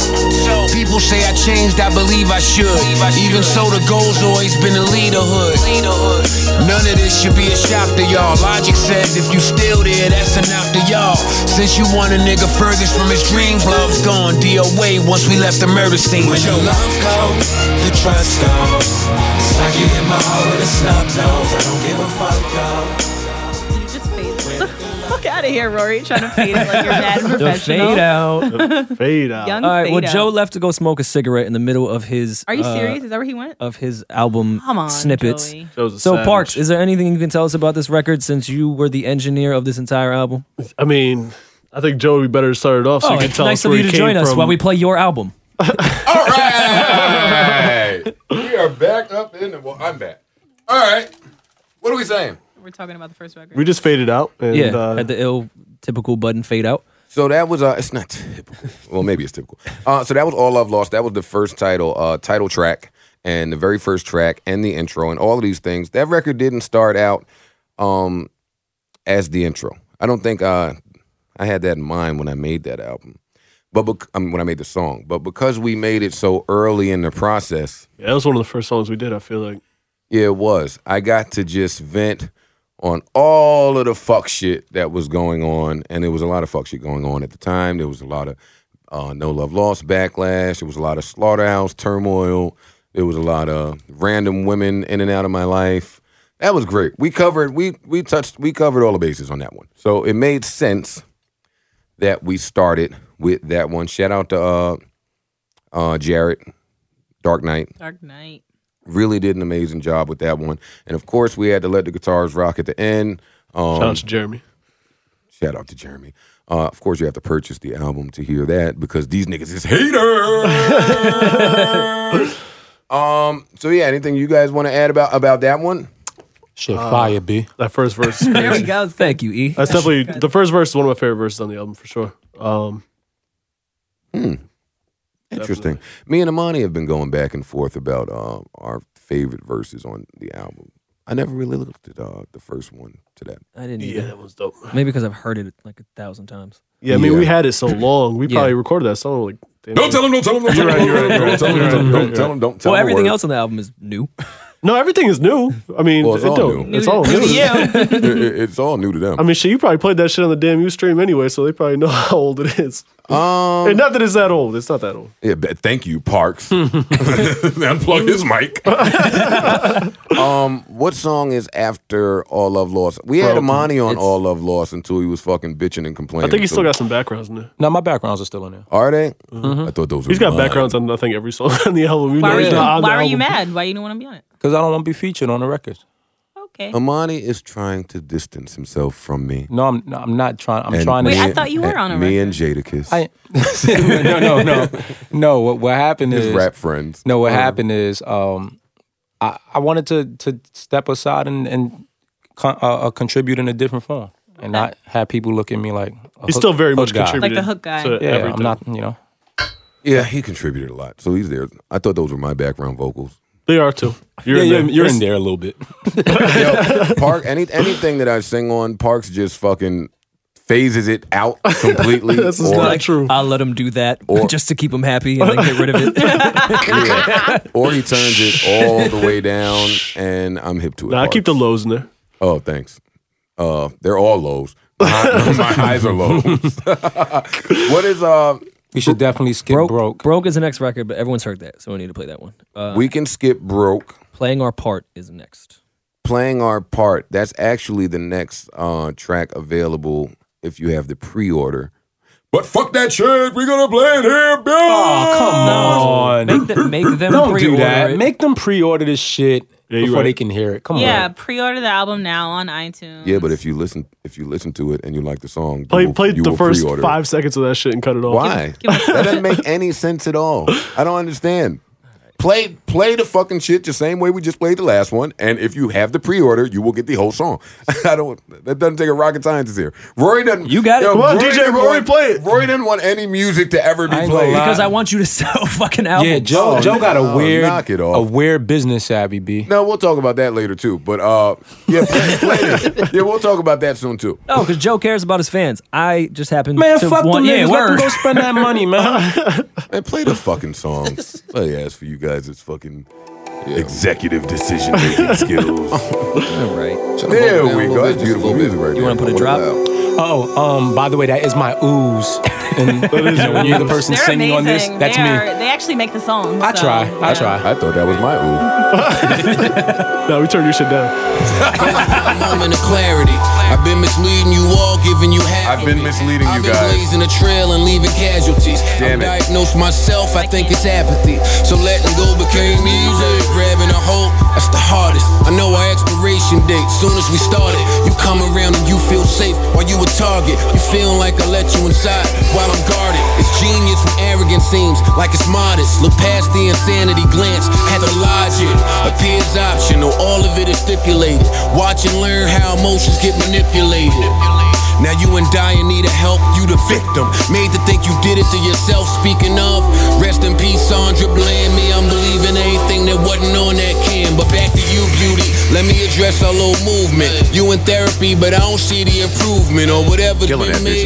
people say I changed, I believe I should. Even so, the goal's always been the leaderhood. None of this should be a shock to y'all. Logic says if you still there, that's enough to y'all. Since you want a nigga furthest from his dreams, love's gone. DOA once we left the murder scene. When your love goes, the trust goes. It's like you hit my heart with a snub nose. I don't give a fuck though. Did you just fade this? [LAUGHS] Fuck out of here, Rory. Trying to fade it like you're mad and The professional. [LAUGHS] fade out. Fade out. Young All right. fade Well, out. Joe left to go smoke a cigarette in the middle of his. Are you uh, serious? Is that where he went? Of his album Come on, snippets. Joey. Joe's a So savage. Parks, is there anything you can tell us about this record since you were the engineer of this entire album? I mean, I think Joe, we better start it off so you can it's tell Oh, nice us of where you he to came join us from. while we play your album. All right. we are back up in the. Well, I'm back. All right. What are we saying? We're talking about the first record. We just faded out. And, Yeah, uh, had the ill typical button fade out. So that was uh, it's not typical. Well, maybe it's typical. Uh, so that was all I've lost. That was the first title, uh, title track, and the very first track, and the intro, and all of these things. That record didn't start out um, as the intro. I don't think uh, I had that in mind when I made that album, but bec- I mean, when I made the song. But because we made it so early in the process, yeah, that was one of the first songs we did, I feel like. yeah, it was. I got to just vent on all of the fuck shit that was going on, and there was a lot of fuck shit going on at the time. There was a lot of uh, no love lost backlash. There was a lot of slaughterhouse turmoil. There was a lot of random women in and out of my life. That was great. We covered we we touched we covered all the bases on that one. So it made sense that we started with that one. Shout out to uh, uh, Jarrett, Dark Knight Dark Knight. really did an amazing job with that one. And of course, we had to let the guitars rock at the end. Um, Shout out to Jeremy. shout out to Jeremy. Uh, of course, you have to purchase the album to hear that because these niggas is haters. um. So yeah, anything you guys want to add about about that one? Shit, fire, B. That first verse. [LAUGHS] There we go. Thank you, E. That's definitely the first verse is one of my favorite verses on the album for sure. Um, Interesting. Me and Amani have been going back and forth about uh, our favorite verses on the album. I never really looked at uh, the first one to that. I didn't yeah, either. that one's dope. Maybe because I've heard it like a thousand times. Yeah, I mean, Yeah. we had it so long. We Yeah. probably recorded that song like. damn near- him! Don't tell him! Don't You're right, you're right, [LAUGHS] you're right. Don't tell him! You're right, Don't- you're Don't right. tell him! Don't tell Well, him! a everything word. else on the album is new. No, everything is new. I mean, Well, it's it all don't- new. it's all New to new. [LAUGHS] you. [LAUGHS] It- it- it's all new to them. I mean, shit, you probably played that shit on the damn Ustream anyway, so they probably know [LAUGHS] how old it is. um, And not that it's that old. It's not that old. Yeah, but thank you, [LAUGHS] Parks. Unplug his mic. [LAUGHS] um, what song is after All Love Lost? We had Bro, Imani on it's- All Love Lost until he was fucking bitching and complaining. I think he's So- still got some backgrounds in there. No, my backgrounds are still in there. Are they? I thought those. He's were got mine. backgrounds on I think every song [LAUGHS] on the album. even Why though were he's you, not on the why were you album. mad? Why you don't want to be on it? Because I don't want to be featured on the record. Okay. Imani is trying to distance himself from me. No, I'm, no, I'm not trying. I'm And trying to. me Wait, I and- thought you were and on a Me and Jadakiss, I, [LAUGHS] no, no, no, no. What, what happened his is rap friends. no. What happened is um, I, I wanted to to step aside and and con- uh, uh, contribute in a different form, and not have people look at me like a He's hook- still very hook much guy. contributed. Like the hook guy. to Yeah, everything. I'm not. You know, Yeah, he contributed a lot, so he's there. I thought those were my background vocals. They are too. yeah, You're in you're, there. you're in there a little bit. Yo, Park, any, [LAUGHS] anything that I sing on, Parks just fucking phases it out completely. [LAUGHS] This is or- not true. I'll let him do that Or- [LAUGHS] just to keep him happy and then get rid of it. Yeah. or he turns it all the way down, and I'm hip to it. Nah, I keep the Parks. lows in there. Oh, thanks. Uh, they're all lows. My, high- [LAUGHS] my highs are lows. what is uh? We should definitely skip broke, broke. broke, broke is the next record, but everyone's heard that, so we need to play that one. Uh, We can skip broke. playing our part is next. Playing our part. That's actually the next uh track available if you have the pre-order. But But fuck that shit. We're gonna play it here, Bill. Oh, come on. Make them, make them Don't pre-order do that. it. Make them pre-order this shit Yeah, you're before they right. can hear it. Come Yeah, on. pre-order the album now on iTunes. Yeah, but if you listen, if you listen to it and you like the song, Play, you will, play you the will first pre-order it. five seconds of that shit and cut it off. Why? [LAUGHS] that doesn't make any sense at all. I don't understand. Play play the fucking shit the same way we just played the last one, and if you have the pre-order, you will get the whole song. [LAUGHS] I don't. That doesn't take a rocket scientist here. Rory doesn't. You got it. Come on, Rory DJ, didn't Rory, want- play it. Rory didn't want any music to ever be I ain't gonna played. lie. Because I want you to [LAUGHS] sell fucking albums. Yeah, Joe. Oh, Joe got a no, weird, knock it off. a weird business savvy. B. No, we'll talk about that later too. But uh, yeah, play, play this. yeah, we'll talk about that soon too. No, because Joe cares about his fans. I just happen Man, to fuck want. them yeah, niggas. Let them word. go spend that money, man. Man, play the fucking song. Play ass for you guys. It's fucking executive decision making skills. All right. there we go. That's beautiful music right You there. want to put a drop? oh, um, by the way, that is my ooze. And you know, when you're the [LAUGHS] person They're singing amazing. on this, that's they me. Are, they actually make the songs. I so, try. I yeah. try. I thought that was my ooh. No, we turned your shit down. moment of clarity. I've been misleading you all, giving you half. I've of been it. misleading you I've been guys. blazing a trail and leaving casualties. Damn I it. diagnosed myself, I think it's apathy. So letting go became easy. Grabbing a hold, that's the hardest. I know our expiration date, soon as we started. You come around and you feel safe while you a target. You feeling like I let you inside while I'm guarded. It's genius when arrogance seems like it's modest. Look past the insanity glance, had to lodge it. Appears optional, all of it is stipulated. Watch and learn how emotions get manipulated. Now you in dire need of help, you the victim. Made to think you did it to yourself, speaking of. Rest in peace, Sandra Bland. Me, I'm believing anything that wasn't on that can. But back to you, beauty. Let me address our little movement. You in therapy, but I don't see the improvement or whatever's Killing that been bitch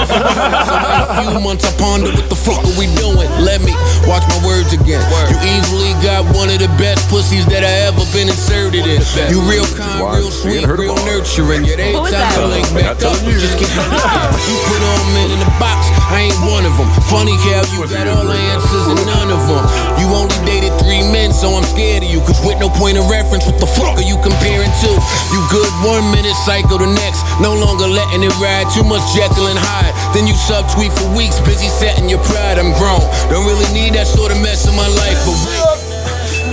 now. [LAUGHS] nowadays. So in a few months, I ponder what the fuck are we doing? Let me watch my words again. You easily got one of the best pussies that I ever been inserted in. You real kind, Why real is being sweet, hurt real about? nurturing. Yet ain't Who is time that? to link Man, I back told up. you. Just keep you put all men in a box. I ain't one of them. Funny how you got all the answers and none of them. You only dated three men, so I'm scared of you. Cause with no point of reference, what the fuck are you comparing to? You good one minute, psycho the next. No longer letting it ride. Too much Jekyll and Hyde. Then you subtweet for weeks, busy setting your pride. I'm grown. Don't really need that sort of mess in my life, but wait.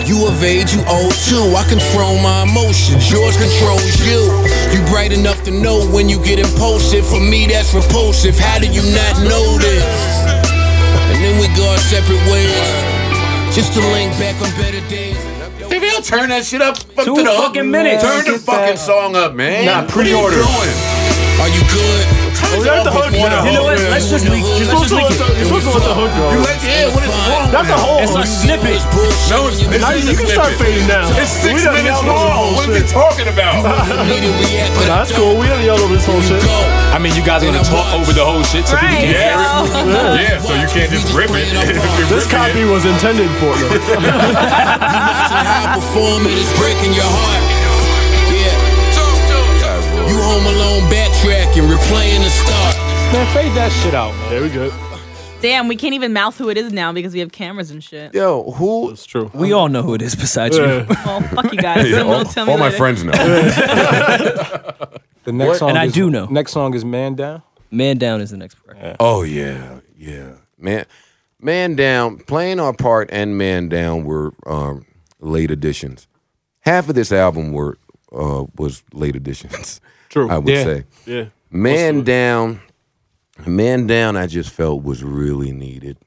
You evade, you old too. I control my emotions, yours controls you. You bright enough to know when you get impulsive. For me, that's repulsive. How do you not know this? And then we go our separate ways. Just to link back on better days. Maybe I'll turn that shit up, up Two to the fucking hook. minutes. Turn the Get fucking that. song up, man. Nah, What are you pre-order. doing? Are you good? We're at the hook now. You know what? Let's just leak. You're Just, let's just You're supposed to leak let it. the- you're supposed to let the hook go. You like, yeah, what is wrong? with That's the it? whole. It's a snippet. No, it's- Now you you can start fading now. It's six We done minutes yelled over this long. whole What are you shit. talking about? Nah, That's cool. We done yelled over this whole shit. I mean, you guys gonna talk over the whole shit so people can Right. hear it? yeah, so you can't just rip [LAUGHS] it. If you're This ripping it- copy was intended for [LAUGHS] them. high performing is breaking your heart. Yeah. You home alone backtracking, replaying the start. Man, fade that shit out, man. There we go. [LAUGHS] Damn, we can't even mouth who it is now because we have cameras and shit. Yo, who? It's true. We all know who it is besides Yeah. you. Well, fuck you [LAUGHS] guys. Yeah, Someone all will tell me all my later. friends know. The next song And I is- do know. Next song is Man Down. [LAUGHS] Man down is the next part. [LAUGHS] Oh yeah, yeah. Man, man down. Playing our part and man down were um, late additions. Half of this album were uh, was late additions. True. I would Yeah. say. Yeah. Man down, man down. I just felt was really needed.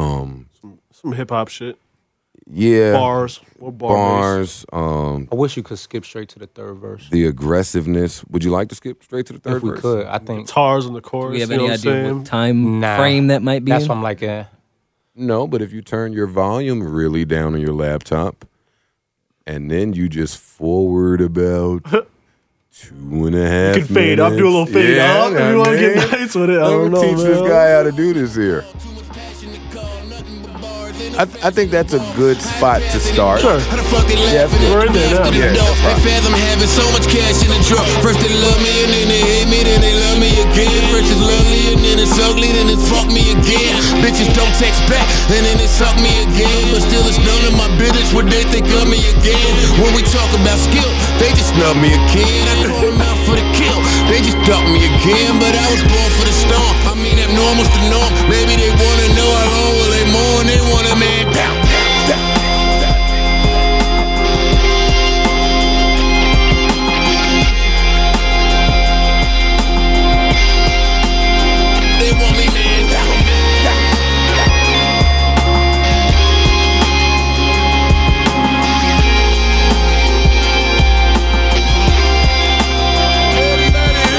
Some hip hop shit. Yeah, Bars. More bars. bars. Um, I wish you could skip straight to the third verse. the aggressiveness. Would you like to skip straight to the third If we verse? could, I think. Guitars in the Do chorus. we have you know any what I'm idea saying? what time Nah. frame that might be? That's in? why I'm like, eh. No, but if you turn your volume really down on your laptop and then you just forward about [LAUGHS] two and a half You can fade up, do a little minutes. fade Yeah, up. If you want to I mean, get nice with it, I Let me don't know. teach this man. guy how to do this here. Too much passion to call nothing but bars. Ain't I, I think that's a good spot to start. Sure. How the fuck they laughing We're at in me there now. after the Yeah, door? that's They fine. fathom having so much cash in the drawer. First they love me and then they hate me, then they love me again. First it's lovely and then it's ugly, then it fuck me again. Bitches don't text back and then it suck me again. But still it's none of my business what they think of me again. When we talk about skill, they just snub me again. I throw them out for the kill, they just duck me again. But I was born for the storm. I mean abnormal's the norm. Maybe they wanna know how long will they mourn? They want a man down. They want me man down.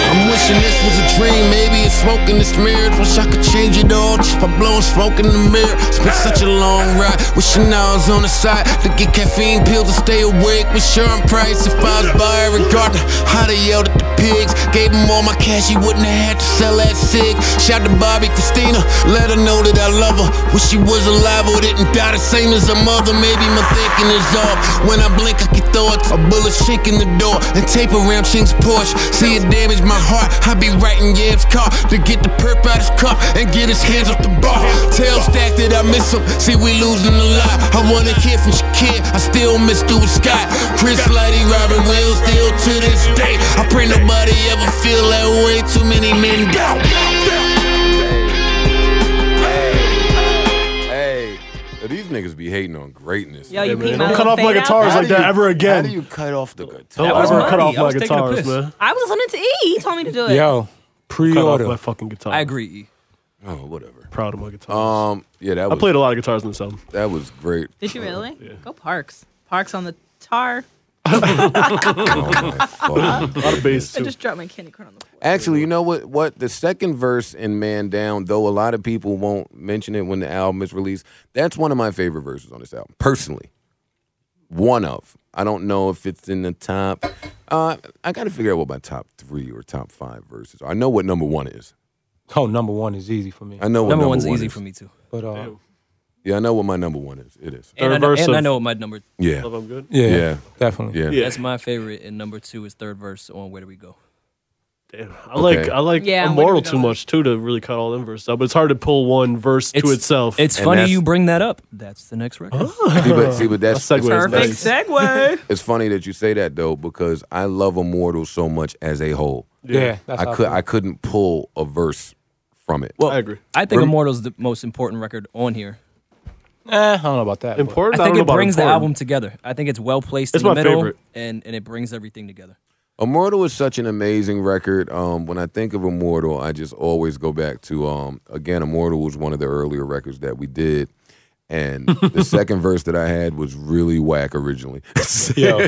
I'm wishing this was a dream. Maybe it's smoke in this mirror. Wish I could change it all just by blowing smoke in the mirror. It's been such a long ride. Wishing I was on the side to get caffeine pills to stay awake. With Sharon Price if I was by Eric Gardner. How they yelled at the pigs. Gave him all my cash. He wouldn't have had to sell that cig. Shout to Bobby Christina. Let her know that I love her. Wish she was alive or didn't die the same as her mother. Maybe my thinking is off. When I blink, I can throw a, a bullet shank in the door and tape around Chink's Porsche. See it damage my heart. I be writing Yam's car to get the perp out his cup and get his hands off the bar. Tell Stack that I miss him. See, we losing a lot. I wanna hear from Shakir. I still miss Dude Scott. Chris Lighty, Robin Wills, still to this day. I pray nobody ever feel that way. Too many men down. Hey, now these niggas be hating on greatness. Yo, you man. peep man, my don't cut little off my fade out? guitars How like do that you- ever again. How do you cut off the good time? Don't was ever mine. cut off I my was taking a guitars, piss. man. I was listening to E. He told me to do it. Yo, Cut off my pre-order. fucking guitar. I agree. E. Oh, whatever. Proud of my guitar. Um, yeah, that I was played a lot of guitars in this album. that was great. Did you really? Go Parks. Parks on the tar. Oh, my fuck. A lot of bass I too. just dropped my candy corn on the floor. [LAUGHS] Actually, you know what? What the second verse in "Man Down," though a lot of people won't mention it when the album is released. That's one of my favorite verses on this album, personally. One of. I don't know if it's in the top. Uh, I got to figure out what my top three or top five verses. Are. I know what number one is. Oh, number one is easy for me. I know what Number number one's one easy is. for me too. But uh, Yeah, I know what my number one is. It is. And I, Third know, verse and I of- know my number. Yeah, Love, I'm good. yeah, Yeah. definitely. yeah. Yeah. That's my favorite, and number two is third verse on "Where Do We Go." Damn. I like I like Yeah, where do we Immortal go? too much too to really cut all them verses out. But it's hard to pull one verse to itself. It's And funny that's- you bring that up. That's the next record. See, but see, but that's That segue is Perfect nice. segue. It's funny that you say that though, because I love Immortal so much as a whole. Yeah, that's how I could feel. I couldn't pull a verse from it. I agree. I think Immortal's the most important record on here. Eh, I don't know about that. but- Important. I think don't know it about brings the important. album together. I think it's well placed It's in the my middle, favorite. and and it brings everything together. Immortal is such an amazing record. Um, when I think of Immortal, I just always go back to um, again. Immortal was one of the earlier records that we did, and [LAUGHS] the second verse that I had was really whack originally. [LAUGHS] Yo,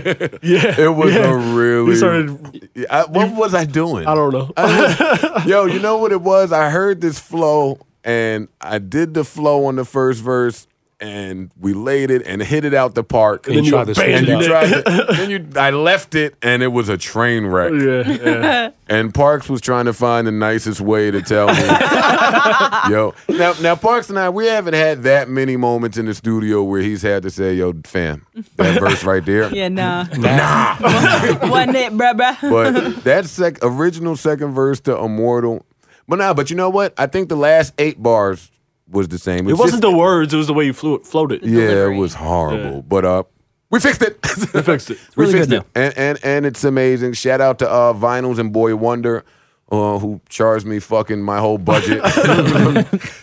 Yeah. it was yeah. a really. You started. I, what was I doing? I don't know. [LAUGHS] Yo, you know what it was? I heard this flow and I did the flow on the first verse and we laid it and hit it out the park. And then you tried to and switch you it tried up. [LAUGHS] to- then you I left it and it was a train wreck. yeah, yeah. [LAUGHS] And Parks was trying to find the nicest way to tell me. yo. Now now Parks and I, we haven't had that many moments in the studio where he's had to say, yo, fam, that verse right [LAUGHS] there. yeah, nah. nah. Wasn't it, bruh, bruh? but that sec- original second verse to Immortal. But nah, but you know what? I think the last eight bars was the same. It wasn't the words. It was the way you flew it, floated. yeah, it was horrible. But uh, we fixed it. [LAUGHS] we fixed it. we really fixed good it, and and and it's amazing. Shout out to uh, Vinyls and Boy Wonder. Uh, who charged me fucking my whole budget? [LAUGHS]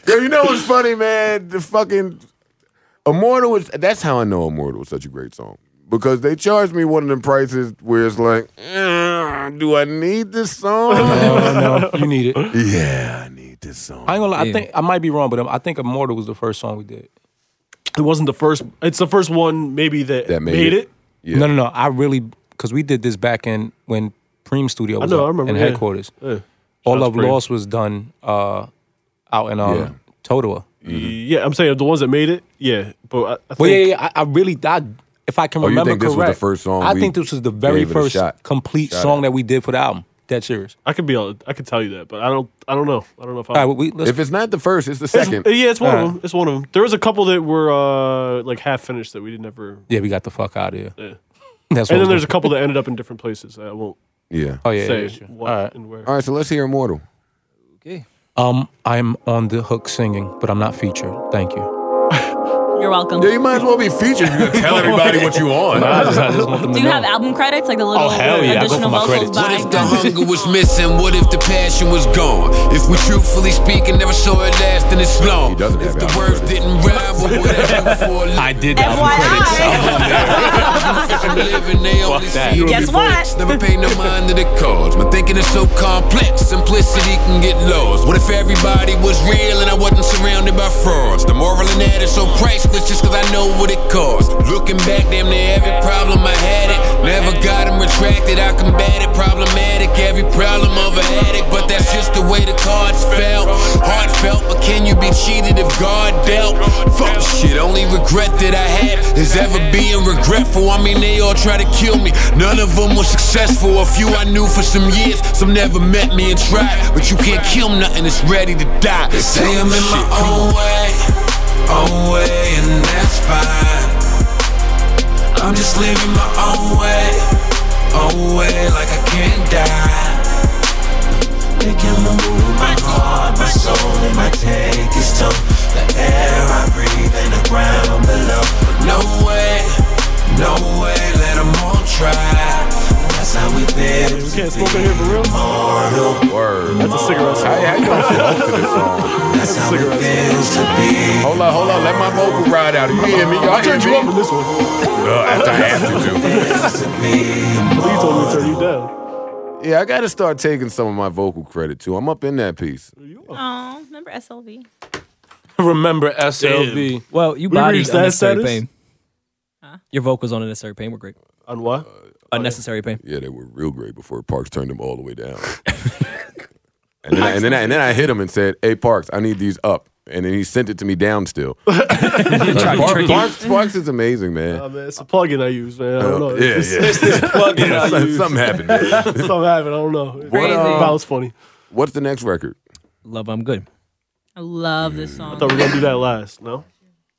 Yo, you know what's funny, man? The fucking Immortal is that's how I know Immortal is such a great song. Because they charged me one of them prices where it's like, "Eh, do I need this song? no, no, you need it. [LAUGHS] I yeah, I need this song. ain't gonna lie. Yeah. I think I might be wrong, but I think Immortal was the first song we did. It wasn't the first. It's the first one maybe that, That made made, it. it. Yeah. No, no, no. I really because we did this back in when Preem Studio was know, up I remember, in yeah. headquarters. Yeah. All That's of Preem. Lost was done uh, out in um, Yeah. Totowa. Yeah, I'm saying the ones that made it. Yeah, but I, I think Mm-hmm. Well, yeah, yeah. I, I really, I, if I can Oh, you remember think this was the correct, first song I we think this was the very gave it a first shot? complete Shot song at. that we did for the album. Dead serious. I could be all. I could tell you that, but I don't. I don't know. I don't know if I. All right, well, we let's If it's not the first, it's the It's- second. yeah, it's one All of them. It's one of them. There was a couple that were uh, like half finished that we didn't ever. yeah, we got the fuck out of here. Yeah. [LAUGHS] That's And what then I there's was a couple that ended up in different places. I won't Yeah. gonna- oh yeah, say yeah, yeah, sure. what All right. and where. All right, so let's hear Immortal. Um, I'm on the hook singing, but I'm not featured. Thank you. You're welcome. Yeah, you might as well be featured. You're gonna tell everybody what you on. I just, I just want them Do you to know. have album credits? Like the little Oh, hell yeah, I go for additional my vocals credits. by- What if the hunger was missing? What if the passion was gone? If we truthfully speak and never saw it last and it's He long. doesn't If have the album words credits. didn't rhyme, what [LAUGHS] would I do for a living? I did that. FYI. [LAUGHS] I'm living, they only that. see it Guess in what? flicks. Never pay no mind to the cards. My thinking is so complex, simplicity can get lost. What if everybody was real and I wasn't surrounded by frauds? The moral in that is so priceless just cause I know what it costs. Looking back, damn near every problem I had it. Never got 'em retracted, I combat it. Problematic, every problem of an addict, but that's just the way the cards fell. Heartfelt, but can you be cheated if God dealt? Fuck shit, only regret that I have is ever being regretful. I mean, they all try to kill me. None of them was successful. A few I knew for some years, some never met me and tried. But you can't kill nothing that's ready to die. They say I'm in my own way, own way, and that's fine. I'm just living my own way, own way, like I can't die. They can remove my heart, my soul, and my take is tough. The air I breathe and the ground below. No way, no way, let 'em all try. That's how we live. We can't smoke in here for real. Mortal. Word. That's a cigarette. How, smoke. how you gonna flow to this song? That's how it feels to be. Hold on, hold on. Let my vocal ride out. You hear me? Y'all turn you up in this one. after I have to. to be You told me to turn you down. do. Yeah, I gotta start taking some of my vocal credit too. I'm up in that piece. Aw, remember SLV? Remember SLB? Well, you We bodied reached that unnecessary status? pain. Your vocals on unnecessary pain were great. On Uh, what? unnecessary pain. Yeah, they were real great before Parks turned them all the way down. [LAUGHS] and, then I, and then I, and then I hit him and said, "Hey Parks, I need these up." And then he sent it to me down [LAUGHS] still. Like, Park- Parks, Parks is amazing, man. Uh, man, it's a plugin I use, man. I don't know. Uh, yeah, It's- [LAUGHS] yeah. [LAUGHS] Yeah, some- something happened. [LAUGHS] man. Something happened. I don't know. What, uh, that was funny. What's the next record? Love, I'm good. I love this song. Thought we were gonna do that last. No,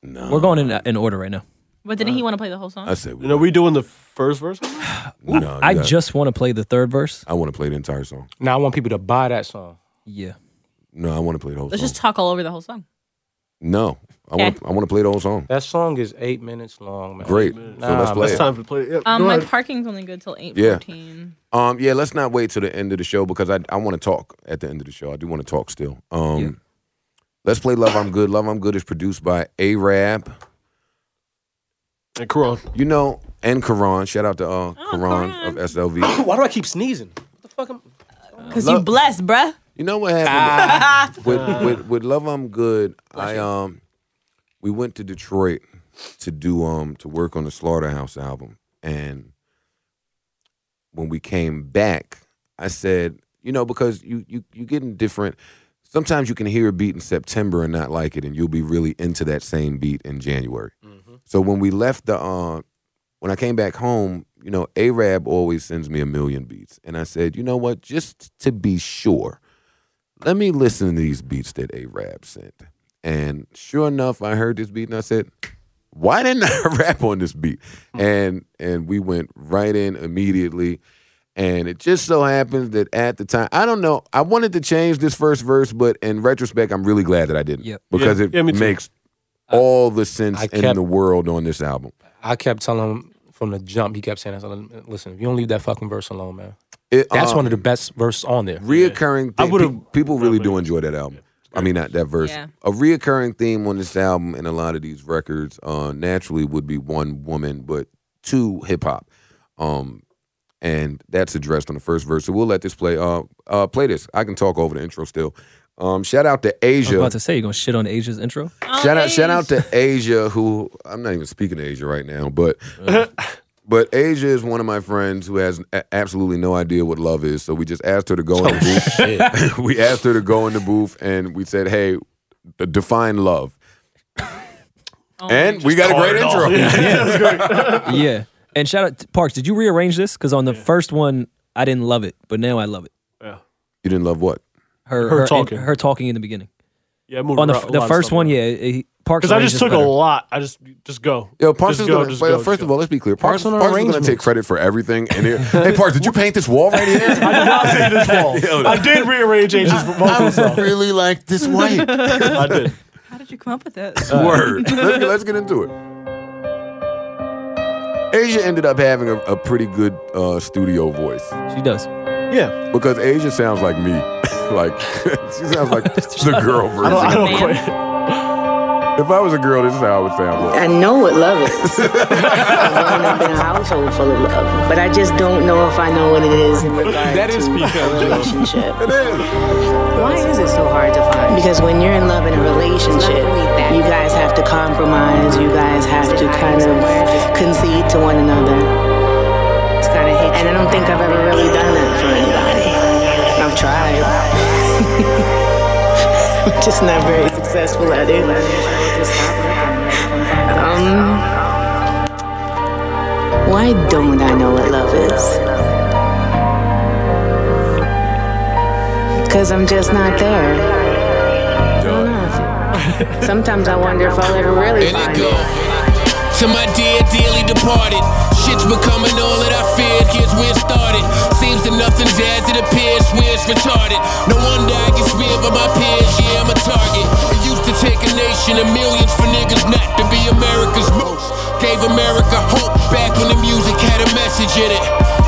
No, We're going in in order right now. But didn't he want to play the whole song? I said, you know we doing the first verse. on that? no, you I got- just want to play the third verse. I want to play the entire song. Now I want people to buy that song. Yeah. No, I want to play the whole Let's song. just talk all over the whole song. no, I want I want to play the whole song. That song is eight minutes long, man. Great. so Nah, let's play That's it. time to play. it. Yeah, Um, go my ahead. parking's only good till eight Yeah. fourteen. Um, yeah, let's not wait till the end of the show because I I want to talk at the end of the show. I do want to talk still. Um, Yeah. let's play "Love I'm Good." "Love I'm Good" is produced by Arab, And Karan. you know, and Karan. Shout out to uh, Karan Karan. of SLV. Why do I keep sneezing? What the fuck? Am- Cause you blessed, bruh. You know what happened with, with with "Love I'm Good"? I um, we went to Detroit to do um to work on the Slaughterhouse album, and when we came back, I said, you know, because you you you getting different. Sometimes you can hear a beat in September and not like it, and you'll be really into that same beat in January. So when we left the, uh, when I came back home, you know, Arab always sends me a million beats, and I said, you know what, just to be sure, let me listen to these beats that Arab sent. And sure enough, I heard this beat and I said, why didn't I [LAUGHS] rap on this beat? And and we went right in immediately. And it just so happens that at the time, I don't know, I wanted to change this first verse, but in retrospect, I'm really glad that I didn't. Yep. Because Yeah. it Yeah, me too. makes all the sense I in kept- the world on this album. I kept telling him from the jump. He kept saying, I said, "Listen, if you don't leave that fucking verse alone, man, It, that's um, one of the best verses on there." reoccurring I thing. would've- Pe- people really do enjoy that album. I mean, not that verse. Yeah. A reoccurring theme on this album and a lot of these records, uh, naturally, would be one woman, but two hip hop, um, and that's addressed on the first verse. So we'll let this play. Uh, uh, play this. I can talk over the intro still. Um, shout out to I was Asia. about to say you're gonna shit on Asia's intro. [LAUGHS] Shout out, shout out to Asia, who I'm not even speaking to Asia right now, but Uh-huh. but Asia is one of my friends who has a- absolutely no idea what love is. So we just asked her to go in Oh, the booth. [LAUGHS] we asked her to go in the booth, and we said, "Hey, d- define love." Oh, and we got a great intro. [LAUGHS] yeah. And shout out to Parks. Did you rearrange this? Because on the first one I didn't love it, but now I love it. You didn't love what? Her, Her her, talking. her talking in the beginning. Yeah, I moved On the, around f- a the lot of first stuff one, around. yeah. it- he- Parks Because I and just Rangers took better. a lot. I just just go. Yo, Parks Just is go, gonna. just well, go, first just of all, let's be clear. Parks, Parks on Parks is gonna arrangements. take credit for everything. And [LAUGHS] here, hey, Parks, did you paint this wall right here? I did not say [LAUGHS] this wall. Yo. I did rearrange Angel's vocals though. really like this white [LAUGHS] [LAUGHS] I did. How did you come up with [LAUGHS] this? word. Let's get, let's get into it. Asia ended up having a, a pretty good uh, studio voice She does. Yeah. because Asia sounds like me. [LAUGHS] like she sounds like [LAUGHS] the girl version. I don't, I don't Man. quite. If I was a girl, this is how I would sound. [LAUGHS] I know what love is. [LAUGHS] I've grown up in a household full of love, but I just don't know if I know what it is in [LAUGHS] regard That is to because- a relationship. It is. [LAUGHS] Why is it so hard to find? Because when you're in love in a relationship, you guys have to compromise. You guys have to kind of concede to one another. It's kind of and I don't think I've ever really done that for anybody. I've tried. [LAUGHS] I'm just not very successful at it. Um, why don't I know what love is? Because I'm just not there. I don't know. Sometimes I wonder if I'll ever really And it find go it. to my dear dearly departed. Shit's becoming all that I feared. Here's where it started. Seems that nothing's as it appears. Swears retarded. No wonder I get smeared by my peers. Yeah, I'm a target. It used to take a nation of millions for niggas not to be America's most. Gave America hope back when the music had a message in it.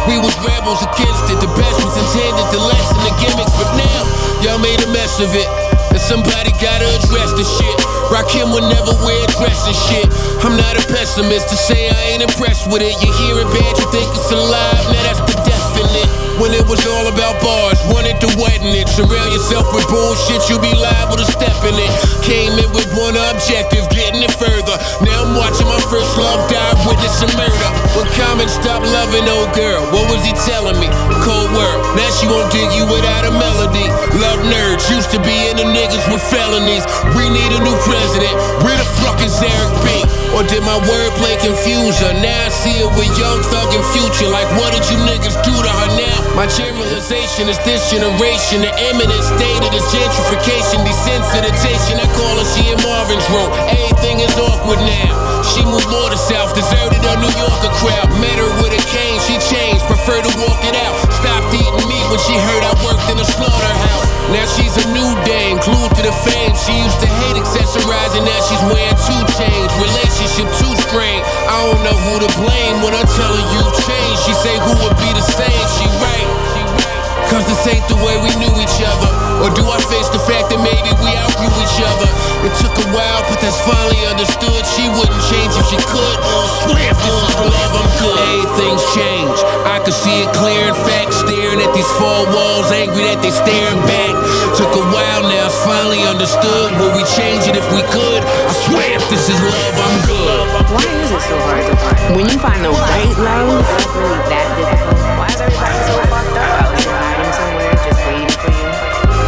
We was rebels against it. The best was intended, the lesson, the gimmicks. But now, y'all made a mess of it. And somebody gotta address the shit. Rakim will never wear a dress and shit. I'm not a pessimist to say I ain't impressed with it. You hear it bad, you think it's alive. Now that's the definite. When it was all about bars, wanted to weten it. Surround yourself with bullshit, you be liable to step in it. Came in with one objective, getting it further. Now I'm watching my first love die, witnessing murder. When Common stopped loving old girl, what was he telling me? Cold world, now she won't dig you without a melody. Love nerds used to be in the niggas with felonies. We need a new president. Where the fuck is Eric B? Or did my wordplay confuse her? Now I see it with Young Thug and Future. Like, what did you niggas do to her now? My generalization is this generation. The imminent state of this gentrification, desensitization. I call her she in Marvin's room. Everything is awkward now. She moved more to South, deserted her New Yorker crowd. Met her with a cane, she changed, prefer to walk it out. Stopped eating meat when she heard I worked in a slaughterhouse. Now she's a new dame, glued to the fame. She used to hate accessorizing, now she's wearing two chains. Relationship too strained. I don't know who to blame when I tell her you changed. She say who would be the same. She right. She right. Cause this ain't the way we knew each other. Or do I face the fact that maybe we outgrew each other? It took a while, but that's finally understood. She wouldn't change if she could. Swear if this is love, I'm good. Everything's changed. I could see it clear in fact. Staring at these four walls, angry that they staring back. Took a while now, it's finally understood. Would we change it if we could? I swear if this is love, I'm good. Why is it so hard to find? When you find the right love, it's really that difficult. Why is everybody so fucked up out here hiding somewhere just waiting for you?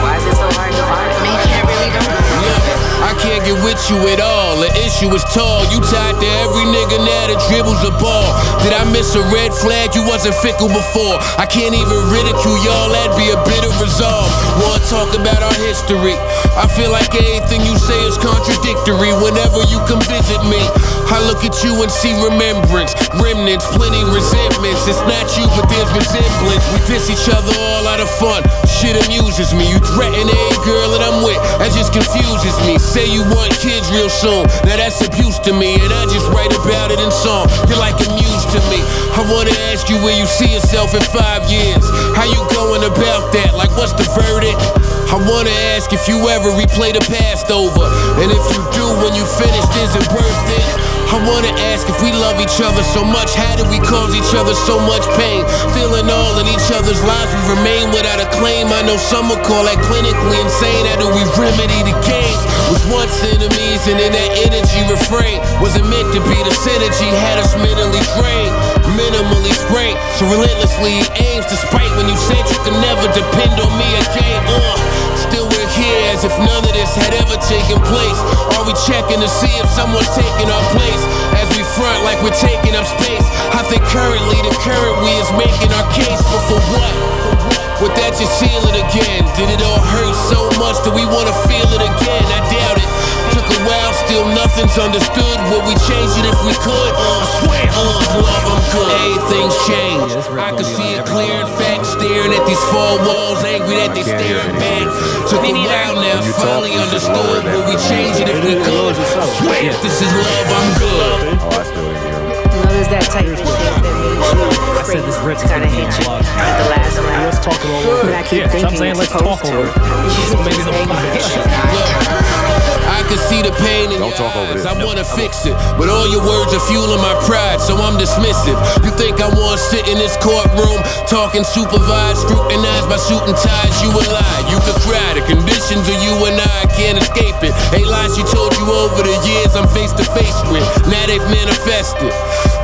Why is it so hard to find? Maybe I really don't. Yeah, I can't get with you at all. The issue is tall. You tied to every nigga now that dribbles a ball. Did I miss a red flag? You wasn't fickle before. I can't even ridicule y'all. That'd be a bitter resolve. Wanna talk about our history? I feel like anything you say is contradictory. Whenever you come visit me, I look at you and see remembrance, remnants, plenty resentments. It's not you, but there's resemblance. We diss each other all out of fun. Shit amuses me. You threaten any girl that I'm with. That just confuses me. Say you want kids real soon. Now that's abuse to me. And I just write about it in song. You're like a muse to me. I wanna ask you where you see yourself in five years. How you going about that? Like what's the verdict? I wanna ask if you ever replay the past over. And if you do when you finished, is it worth it? I wanna ask if we love each other so much, how did we cause each other so much pain? Feeling all in each other's lives, we remain without a claim. I know some would call that clinically insane. How do we remedy the games? Was once enemies, and in that energy refrain wasn't meant to be. The synergy had us mentally drained, minimally sprained. So relentlessly he aims to spite when you said you could never depend on me again. Uh, still we're here as if none of this had ever taken place. Are we checking to see if someone's taking our place? As we front like we're taking up space. I think currently the current we is making our case, but for what? Would that just seal it again? Do we wanna feel it again? I doubt it. Took a while, still nothing's understood. Would we change it if we could? I swear, I love love, I'm good. Everything's changed. I can see it clear and fact, staring at these four walls, angry that they can't hear staring back. anything you're Took a Me neither. while now, When you talk, finally you should lower understood. that Would we down. change it if we could? I swear, if this is love, I'm good. Oh, I still didn't hear him. Love is that type of shit that makes you said this crazy. Ritz is It's gonna gonna be hit you on like the last Let's laugh. talk it all over. But I keep Yeah, so I'm thinking saying it's let's supposed talk over to. it. So maybe the- I can see the pain in Don't your talk over eyes. this. I wanna fix it, but all your words are fueling my pride, so I'm dismissive. You think I wanna sit in this courtroom, talking supervised, scrutinized by shooting ties? You a lie. You could cry. The conditions of you and I can't escape it. Ain't lies she told you over the years. I'm face to face with. Now they've manifested.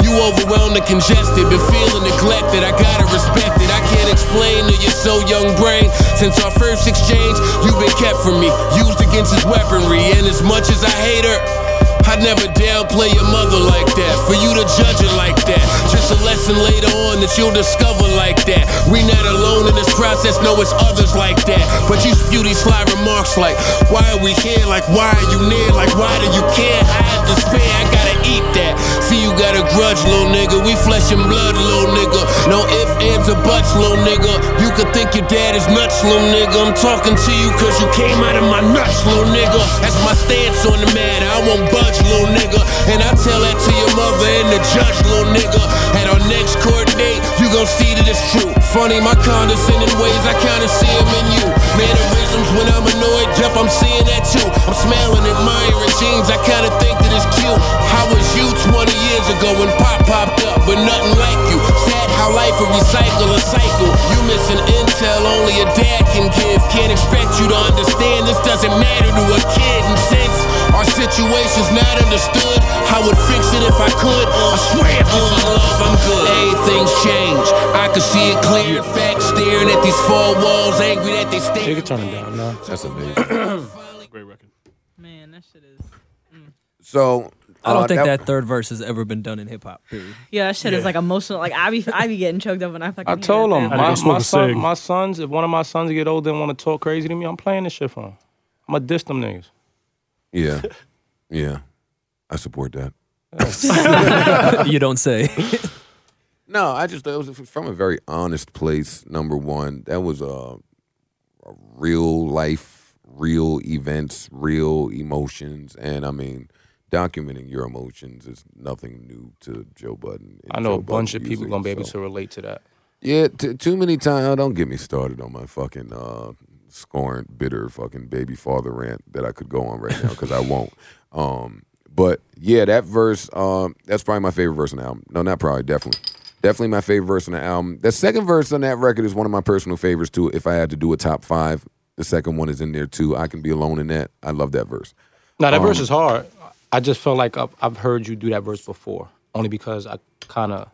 You overwhelmed and congested, been feeling neglected. I gotta respect it. I can't explain to your so young brain. Since our first exchange, you've been kept from me, used against his weaponry. And as much as I hate her, I never downplay your mother like that. For you to judge her like that, just a lesson later on that you'll discover like that. We not alone in this process, no, it's others like that. But you spew these sly remarks like, why are we here? Like, why are you near? Like, why do you care? Hide despair, I gotta eat that. See, you got a grudge, little nigga. We flesh and blood, little nigga. No ifs, ands, or buts, little nigga. You could think your dad is nuts, little nigga. I'm talking to you cause you came out of my nuts, little nigga. That's my stance on the matter. I won't budge, little nigga. And I tell that to your mother and the judge, little nigga. At our next court date, you gon' see that it's true. Funny, my condescending ways, I kinda see 'em in you. Mannerisms when I'm annoyed, yep, I'm seeing that too. I'm smiling, admiring jeans, I kinda think that it's cute. How was you 20 years ago when pop popped up, but nothing like you? Sad how life will recycle a cycle. You missing intel only a dad can give. Can't expect you to understand, this doesn't matter to a kid in sense. Our situation's not understood. I would fix it if I could. I swear if this is love, I'm good. Everything's changed. I can see it clear. In fact, staring at these four walls, angry that they stay. You can turn it down. No. That's amazing. Great record. Man, that shit is. So I uh, don't think that third verse has ever been done in hip hop. [LAUGHS] period. Yeah, that shit is like emotional. Like I be, I be getting choked up when I fucking. I hear told that him thing. I my, didn't my, smoke a son, cig. my sons. If one of my sons get older and want to talk crazy to me, I'm playing this shit for him. I'ma diss them niggas. Yeah, yeah, I support that. you don't say. No, I just it was from a very honest place. Number one, that was a, a real life, real events, real emotions, and I mean, documenting your emotions is nothing new to Joe Budden. and I know Joe a bunch of Budden's people music, gonna be able so- to relate to that. Yeah, t- too many times. Oh, don't get me started on my fucking uh, scorned, bitter fucking baby father rant that I could go on right now because I [LAUGHS] won't. Um, but yeah, that verse, um, that's probably my favorite verse on the album. No, not probably, definitely. Definitely my favorite verse on the album. The second verse on that record is one of my personal favorites too. If I had to do a top five, the second one is in there too. I can be alone in that. I love that verse. Now Um, that verse is hard. I just felt like I've, I've heard you do that verse before, only because I kind of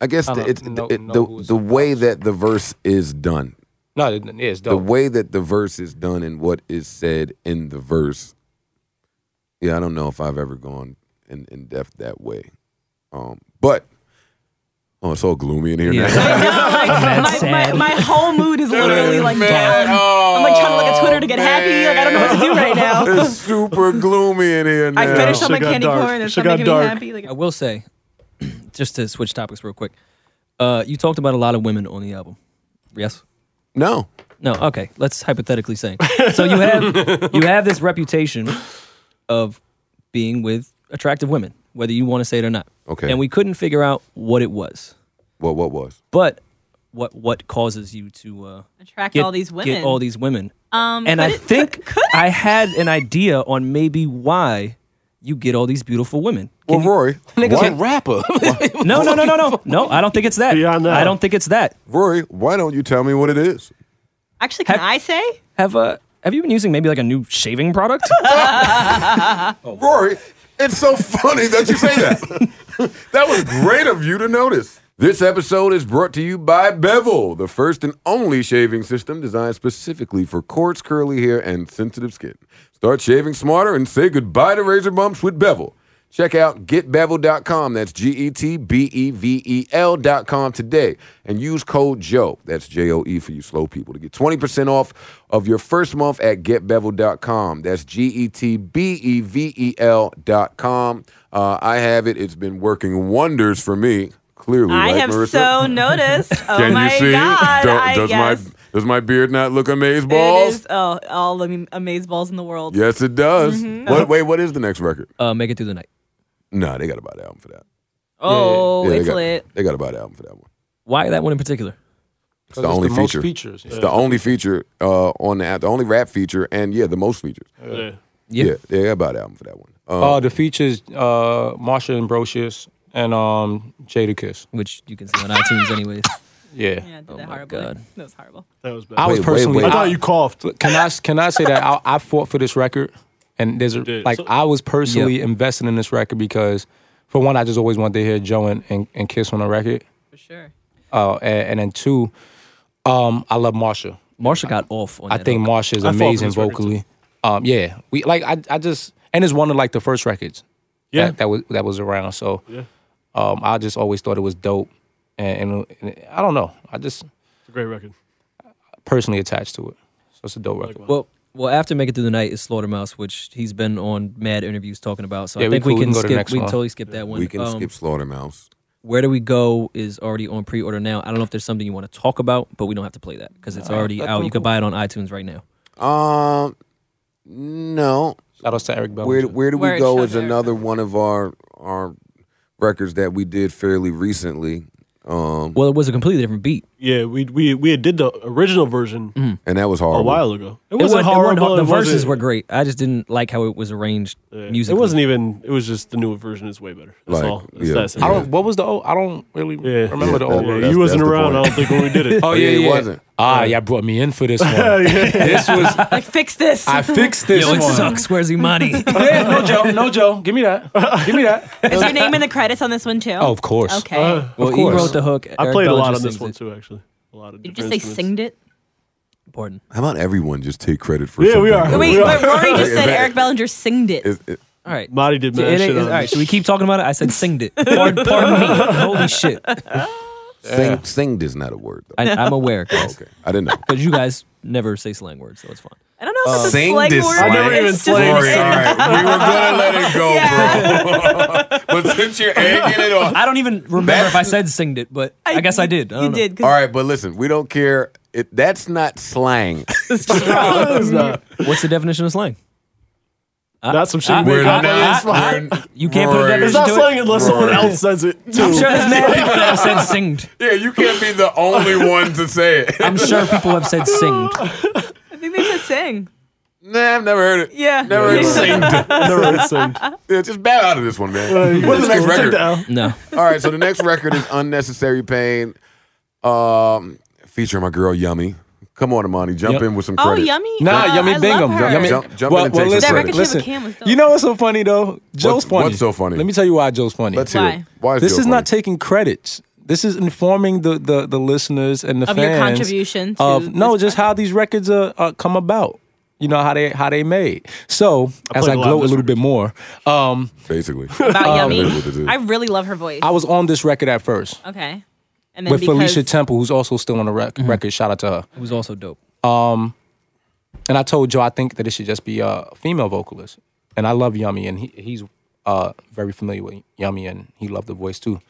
I guess I the, don't it's, know- it- know who the, it's the way that the verse is done no, it, it is the dope. way that the verse is done and what is said in the verse yeah i don't know if i've ever gone in, in depth that way um but oh it's all gloomy in here now [LAUGHS] my, my, my whole mood is literally like down. I'm like trying to look at Twitter to get happy. Like I don't know what to do right now. oh, [LAUGHS] it's super gloomy in here now I finished Shit all my got candy dark. corn. It's Shit not got making me dark. happy. Like, I will say, [CLEARS THROAT] just to switch topics real quick. Uh, you talked about a lot of women on the album. Yes. no No. Okay. Let's hypothetically say. So you have you have this reputation of being with attractive women, whether you want to say it or not. Okay. And we couldn't figure out what it was, what what was but what what causes you to uh, attract get all these women. Get all these women. Um, and could I it- think could- could it? I had an idea on maybe why you get all these beautiful women. well rory Niggas why, a rapper. No, no, no, no, no, no. I don't think it's that. Beyond that. I don't think it's that. [LAUGHS] rory why don't you tell me what it is Actually, can Have- I say? Have uh, have you been using maybe like a new shaving product? Rory, it's so funny that you say that. [LAUGHS] that was great of you to notice. This episode is brought to you by Bevel, the first and only shaving system designed specifically for coarse, curly hair and sensitive skin. Start shaving smarter and say goodbye to razor bumps with Bevel. Check out getbevel.com. That's G E T B E V E L.com today and use code JOE. That's J O E for you slow people to get 20% off of your first month at getbevel.com. That's G E T B E V E L.com. Uh, I have it. It's been working wonders for me, clearly. I right, have Marissa? [LAUGHS] so noticed. Oh Can my you see? god! Do- I does guess my does my beard not look amazed it balls? is oh, all the amaze balls in the world. Yes, it does. Mm-hmm. What? Wait, what is the next record? Uh, make it through the night. No, they got to buy the album for that. Oh, Yeah, they it's got, lit. They got to buy the album for that one. Why that one in particular? Oh, It's the only most feature. features. It's the only feature uh, on the the only rap feature, and yeah, the most features. Yeah. Yeah. Yeah, they got to buy the album for that one. Uh, Uh, the features: uh, Marsha Ambrosius and um, Jadakiss. Which you can see on iTunes, anyways. Yeah. Yeah, I did Oh that my horribly. God. That was horrible. That was bad. I was Wait, wait, personally. wait. I thought you coughed. can I can I say that I, I fought for this record, and there's a, did. like So- I was personally invested in this record because, for one, I just always wanted to hear Joe and, and, and Kiss on a record, For sure. uh, and, and then two, um, I love Marsha. Marsha got off on I that think hook. Marsha is I fought for amazing this record, too. vocally. Um, yeah, we like I I just and it's one of like the first records. Yeah. that, that was that was around. So, Yeah. um, I just always thought it was dope, and, and, and I don't know, I just It's a great record. personally attached to it. So it's a dope record. Well, well, after make it through the night is Slaughtermouse, which he's been on mad interviews talking about. So Yeah, I we think we cool. We can can go to the skip. next We can one. totally skip that one. we can Um, skip Slaughtermouse. Where do we go is already on pre-order now. I don't know if there's something you want to talk about, but we don't have to play that because it's already that's out. cool, you can cool. buy it on iTunes right now. Um, no. Shout out to Eric Bell. Where Where do we Word, go shout is out to another one of our our records that we did fairly recently. Um, Well, it was a completely different beat. Yeah, we we we had did the original version and that was hard. a while ago. It Mm-hmm. It wasn't- wasn't it wasn't horrible. hard. it the verses wasn't- were great. I just didn't like how it was arranged Yeah. musically. It wasn't even. It was just the newer version is way better. That's Like, all. That's yeah. that's it. I don't. What was the old? I don't really Yeah. remember the Yeah, old. that- Yeah, that's- you wasn't that's the around. I point. don't think when we [LAUGHS] did it. Oh, yeah, he wasn't. Ah, yeah, brought me in for this Oh, [LAUGHS] one. This was Like fix this. I fixed this Yo, it one. sucks. Where's Imani? Yeah, no Joe, no Joe. Give me that. Give me that. Is your name in the credits on this one too? Oh, [LAUGHS] of course. Okay. well, he course. wrote the hook. I Eric played a Bella lot just on this sings one it. too, actually. A lot of Did you just different say instruments. singed it? Pardon. How about everyone just take credit for? Yeah, we something? are. Oh, Wait, Yeah. but Rory just said Yeah. Eric Bellinger singed it. Is- is- All right. Marty did Yeah, mad it shit ain't- on all right, this. should we keep talking about it? I said singed it. Pardon, pardon me. Holy shit. sing, singed is not a word though. I, I'm aware, guys. okay, I didn't know. Because you guys never say slang words, so it's fine. I don't know if it's a Sing slang this word. slang. I never It's even just- slang. Sorry, [LAUGHS] all right. We were gonna let it go, bro. but since you're egging it [LAUGHS] on, I don't even remember That's- if I said singed it, but I, guess I did. I you don't know. did. 'cause all right. But listen, we don't care. It, that's not slang. What's the definition of slang? That's some shit. I- you [LAUGHS] make We're up. not. It's not- we're- You can't put a Rory. definition it's not to it. slang unless someone Rory. else says it. Too. I'm sure there's mad [LAUGHS] people that have said singed. Yeah, you can't be the only one to say [LAUGHS] it. I'm sure people have said singed. I think they said sing. nah, I've never heard it. Yeah. Never heard it. Singed. Never heard singed. Yeah, just bat out of this one, man. What's the next Take record? that out. No. All right, so the next record is Unnecessary Pain, um, featuring my girl Yummy. Come on, Imani, jump Yep. in with some Oh, credit. yummy. Nah, Oh, Yummy I Bingham. Love her. Yummy, Jump- jump in well, and take well, some listen, credit. That Ricochet with listen. Cam was dope. You know what's so funny though? Joe's funny. what's so funny? Let me tell you why Joe's funny. Let's hear. Why? It. Why is this Joe is not funny? taking credits. This is informing the the, the listeners and the Of your fans contribution to of no, this just how these records are, are come about. You know how they how they made. So as played I a lot of gloat a this little bit more, um, basically. about That is what it yummy. is. I really love her voice. I was on this record at first okay. And then with because Mm-hmm. Felicia Temple, who's also still on the rec- record. Shout out to her. It was also dope. And I told Joe I think that it should just be a female vocalist. And I love Yummy, and he, he's uh, very familiar with Yummy, and he loved the voice too.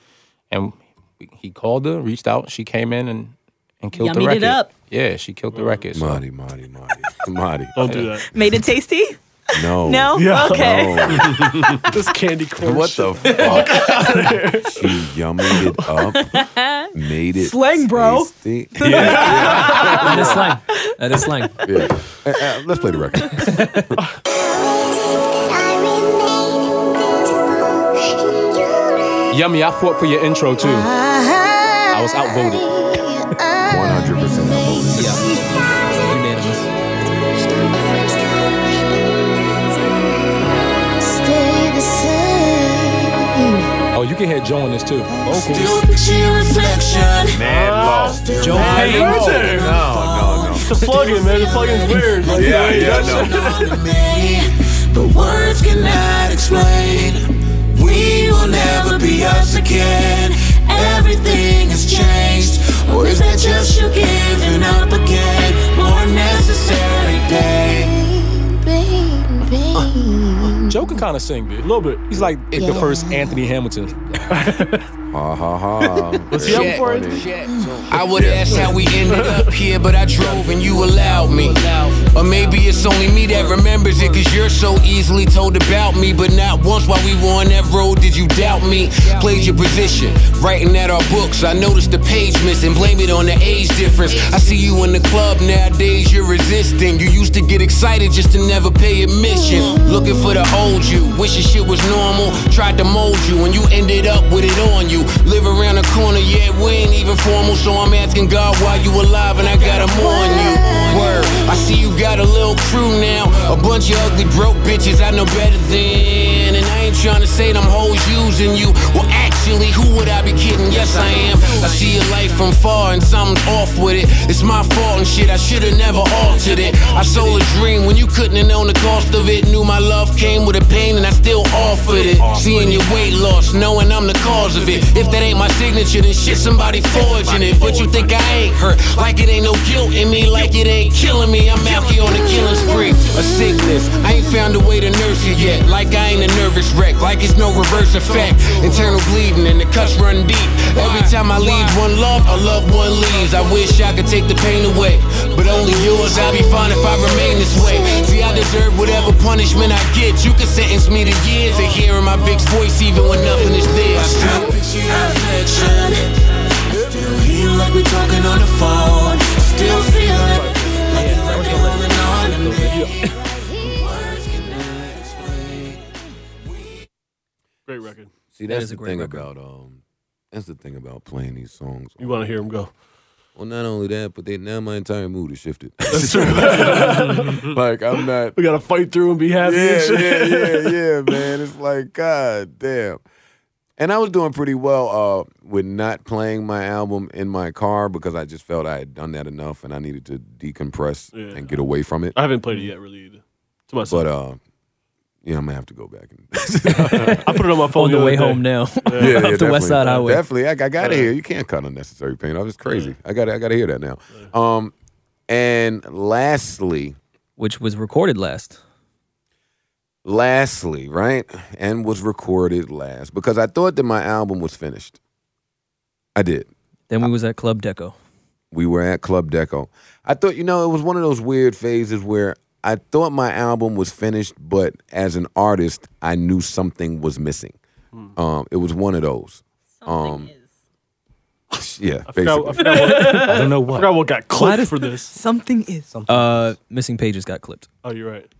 And we- he called her, reached out, she came in and and killed the Yummied it record. up. Yeah, she killed the record. so- Marty, Marty, Marty, Marty. Don't do that. made it tasty. [LAUGHS] No. No. Yeah. Okay. No. This candy corn. What shit. the fuck? she yummied it up, made it Slang, bro. [LAUGHS] tasty. That is [LAUGHS] slang. That is slang. Yeah. Uh, uh, let's play the record. Mm-hmm. Yummy, I fought for your intro too. I was outvoted. One hundred percent. Yeah. Unanimous. Oh, you can hear Joe on this too. Still picture your reflection. Mad law. Joe Hey, Payne. right there. No, no, no. The plug-in, man. The plug-in's weird. Like, Yeah, wait, yeah, that's- no. But words cannot explain we will never be us again. Everything has changed. Or is that just you giving up again? More necessary pain. Joe can kind of sing, dude. A little bit. He's like the first Anthony Hamilton. Ha ha ha. Let's see, I'm for it. I would ask how we ended up here, but I drove and you allowed me. Or maybe it's only me that remembers it, cause you're so easily told about me. But not once while we were on that road did you doubt me. Played your position, writing at our books. I noticed the page missing, blame it on the age difference. I see you in the club nowadays, you're resisting. You used to get excited just to never pay admission. Looking for the old you, wishing shit was normal. Tried to mold you, and you ended up with it on you. Live around the corner, yet we ain't even formal. So I'm asking God why you alive, and I gotta mourn you. Word, I see you got a little crew now. A bunch of ugly broke bitches I know better than. And I ain't tryna say them hoes using you. Well, actually, who would I be kidding? Yes, I am. I see your life from far, and something's off with it. It's my fault and shit, I should've never altered it. I sold a dream when you couldn't have known the cost of it. Knew my love came with a pain, and I still offered it. Seeing your weight loss, knowing I'm the cause of it. If that ain't my signature, then shit, somebody forging it. But you think I ain't hurt, like it ain't no guilt in me, like it ain't killing me. I'm out here on a killing spree, a sickness. I ain't found a way to nurse it yet, like I ain't a nervous wreck, like it's no reverse effect. Internal bleeding and the cuts run deep. Every time I leave one love, a loved one leaves. I wish I could take the pain away, but only yours. I'll be fine if I remain this way. See, I deserve whatever punishment I get. You can sentence me to years of hearing my Vic's voice, even when nothing is there. Still picture your affection. Still here like we talking on the phone. Still feel it. Like you like you're holding on to me. Words cannot explain. Great record. See, that's is a the great thing record. about um, that's the thing about playing these songs. You want to hear him go? Well, not only that, but they, now my entire mood has shifted. That's true. [LAUGHS] like I'm not. we gotta fight through and be happy. and Yeah, shit. yeah, [LAUGHS] yeah, yeah, man. It's like God damn. And I was doing pretty well uh, with not playing my album in my car because I just felt I had done that enough and I needed to decompress Yeah. and get away from it. [LAUGHS] I haven't played it yet, really. Either. To myself, But uh, yeah, I'm gonna have to go back and [LAUGHS] [LAUGHS] I put it on my phone on the other way day. home [LAUGHS] now. Oh, yeah, yeah, Up the West definitely. Uh, Side Highway. Definitely, I, I got to hear. You can't cut unnecessary pain. I was crazy. I got I got to hear that now. Um, and lastly, which was recorded last. lastly, right, and was recorded last because I thought that my album was finished. I did. Then we was at Club Deco. We were at Club Deco. I thought, you know, it was one of those weird phases where I thought my album was finished, but as an artist, I knew something was missing. Um, it was one of those. Something Um, is. Yeah, I forgot, I, basically. forgot what, I don't know I what. forgot what got clipped for this. Something is. Uh, missing pages got clipped. Oh, you're right.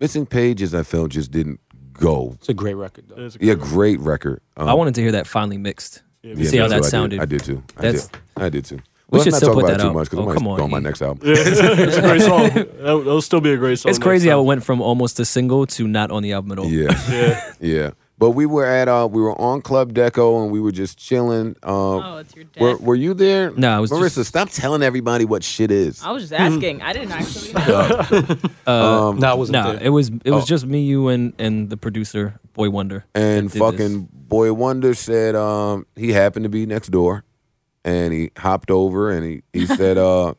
Missing Pages, I felt just didn't go It's a great record, It though. is a Yeah, good one. great record. Um, I wanted to hear that finally mixed. me See me how too. that I did. sounded. I did too. I That's- did. I did too. Let's should not still talk put about that it too out. much because Oh, I'm come going on, to on my E. next album. it's a great song. That'll, that'll still be a great song. It's crazy how it went from almost a single to not on the album at all. Yeah, Yeah. yeah. But we were at uh, we were on Club Deco and we were just chilling. Uh, Oh, it's your deck. were, were you there? No, I was Marissa, just- stop telling everybody what shit is. I was just asking. I [LAUGHS] didn't actually. know. Um, no, I wasn't Nah, there. it was Oh. it was just me, you, and and the producer Boy Wonder. and that did fucking Boy Wonder said um, he happened to be next door, and he hopped over and he [LAUGHS] he said, uh,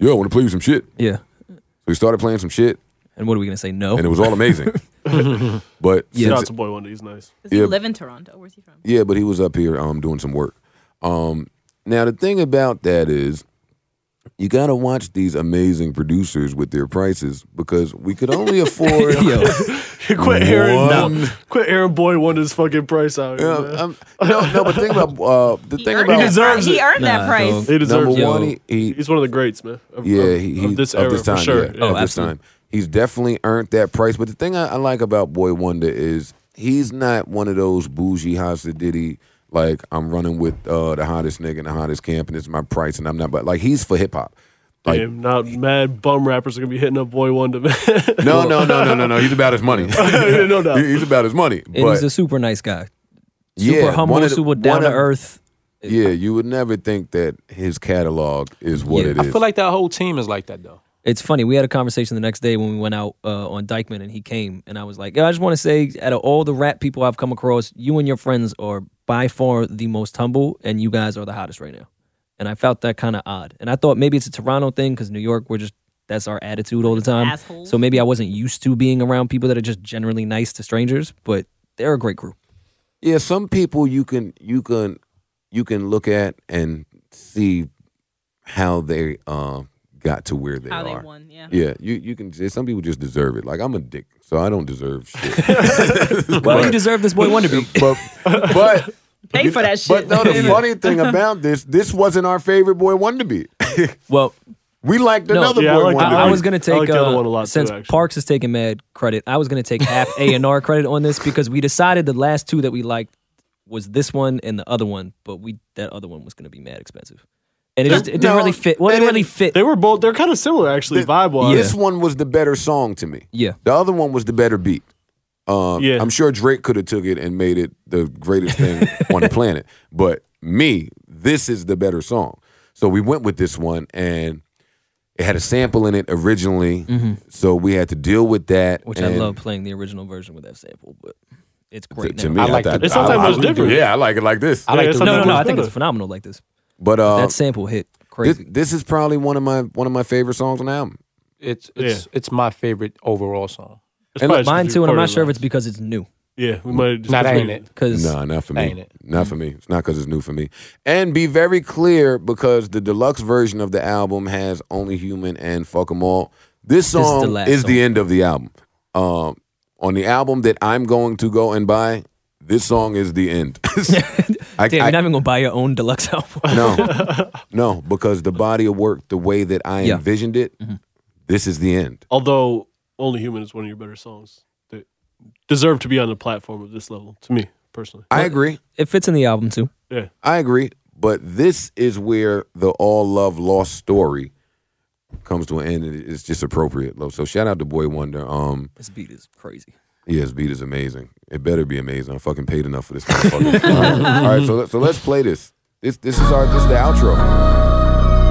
"Yo, I want to play you some shit." So this. Yeah. we started playing some shit, And what are we gonna say? No. and it was all [LAUGHS] amazing. but Shout since- out to Boy Wonder. He's nice. Does he Yeah. live in Toronto? Where's he from? Yeah, but he was up here um, doing some work. Um, now the thing about that is, you got to watch these amazing producers with their prices because we could only afford. [LAUGHS] Yo, [LAUGHS] quit airing One. no, quit airing Boy Wonder's fucking price out. Yeah, Here, man. um, no, no, but think about uh, the He thing earned about that He deserves pri- He it. earned Nah, that price. dog. he deserves number it. yo. one. He, he- He's one of the greats, man. Of, yeah, of, he, he of this era this time, for sure. Oh, yeah, Oh, Yeah. of this absolutely. time. He's definitely earned that price. But the thing I, I like about Boy Wonder is he's not one of those bougie hasta diddy like I'm running with uh, the hottest nigga in the hottest camp and it's my price and I'm not. But like he's for hip hop. Like Damn, not mad bum rappers are gonna be hitting up Boy Wonder, man. [LAUGHS] No, no, no, no, no, no. He's about his money. Yeah, no [LAUGHS] doubt. He- He's about his money. and but he's a super nice guy, yeah, super humble, one of the- super one down to of- earth. Yeah, you would never think that his catalog is what Yeah. it I is. feel like that whole team is like that, though. It's funny. We had a conversation the next day when we went out uh, on Dykeman, and he came, and I was like, "Yo, I just want to say, out of all the rap people I've come across, you and your friends are by far the most humble, and you guys are the hottest right now." And I felt that kind of odd, and I thought maybe it's a Toronto thing because New York, we're just that's our attitude all the time. Assholes. So maybe I wasn't used to being around people that are just generally nice to strangers, but they're a great group. Yeah, some people you can you can you can look at and see how they um got to where they How they are. won, yeah. Yeah, you you can. Some people just deserve it. Like I'm a dick, so I don't [LAUGHS] deserve shit. Well, you deserve this boy Wonder [LAUGHS] Beat. but but Pay [LAUGHS] for that shit. but no, [LAUGHS] the funny thing about this, this wasn't our favorite boy Wonder Beat. Well, [LAUGHS] We liked No, another yeah, I boy liked Wonder it. I, I Beat. was gonna take I like the other uh, one a lot, too, since actually. Parks has taken mad credit. I was gonna take half A and R credit on this because we decided the last two that we liked was this one and the other one, but we that other one was gonna be mad expensive, and it, just, it didn't No, really fit. Well, it they didn't really didn't- fit. They were both. They're kind of similar, actually, vibe wise. This one was the better song to me. Yeah. The other one was the better beat. Um, Yeah. I'm sure Drake could have took it and made it the greatest [LAUGHS] thing on the planet. But me, this is the better song. So we went with this one, and it had a sample in it originally. So we had to deal with that, Mm-hmm. Which I and love playing the original version with that sample, but it's To, great. to now. me, I, I like like the- that. It's sometimes it's different. Yeah, I like it like this. I like Yeah, the sometimes no, no, no. I it's think it's better. phenomenal like this. But uh, that sample hit this, crazy. this is probably one of my one of my favorite songs on the album. It's it's it's my favorite overall song. It's and probably Mine just too, and I'm part not of sure if that. it's Mm, because it's new. Yeah, we might. Nah, that [LAUGHS] ain't it. Because [LAUGHS] No, not for me. Ain't it? Not for me. It's not because it's new for me. And be very clear because the deluxe version of the album has Only Human and Fuck 'em All. This is the song is, last the, song. end of the album. Um, on the album that I'm going to go and buy, this song is the end. [LAUGHS] [LAUGHS] I, damn, I- you're not even gonna buy your own deluxe [LAUGHS] album. no, [LAUGHS] [LAUGHS] no, because the body of work, the way that I Yeah. Mm-hmm. envisioned it, this is the end. Although Only Human is one of your better songs that deserve to be on the platform of this level, to me personally. I agree. It fits in the album too. Yeah. I agree, but this is where the all love lost story comes to an end. and It's just appropriate. Lo. So shout out to Boy Wonder. Um, This beat is crazy. yeah, his beat is amazing. It better be amazing. I fucking paid enough for this. motherfucker. [LAUGHS] all, right. all right, so let, so let's play this. This this is our this is the outro.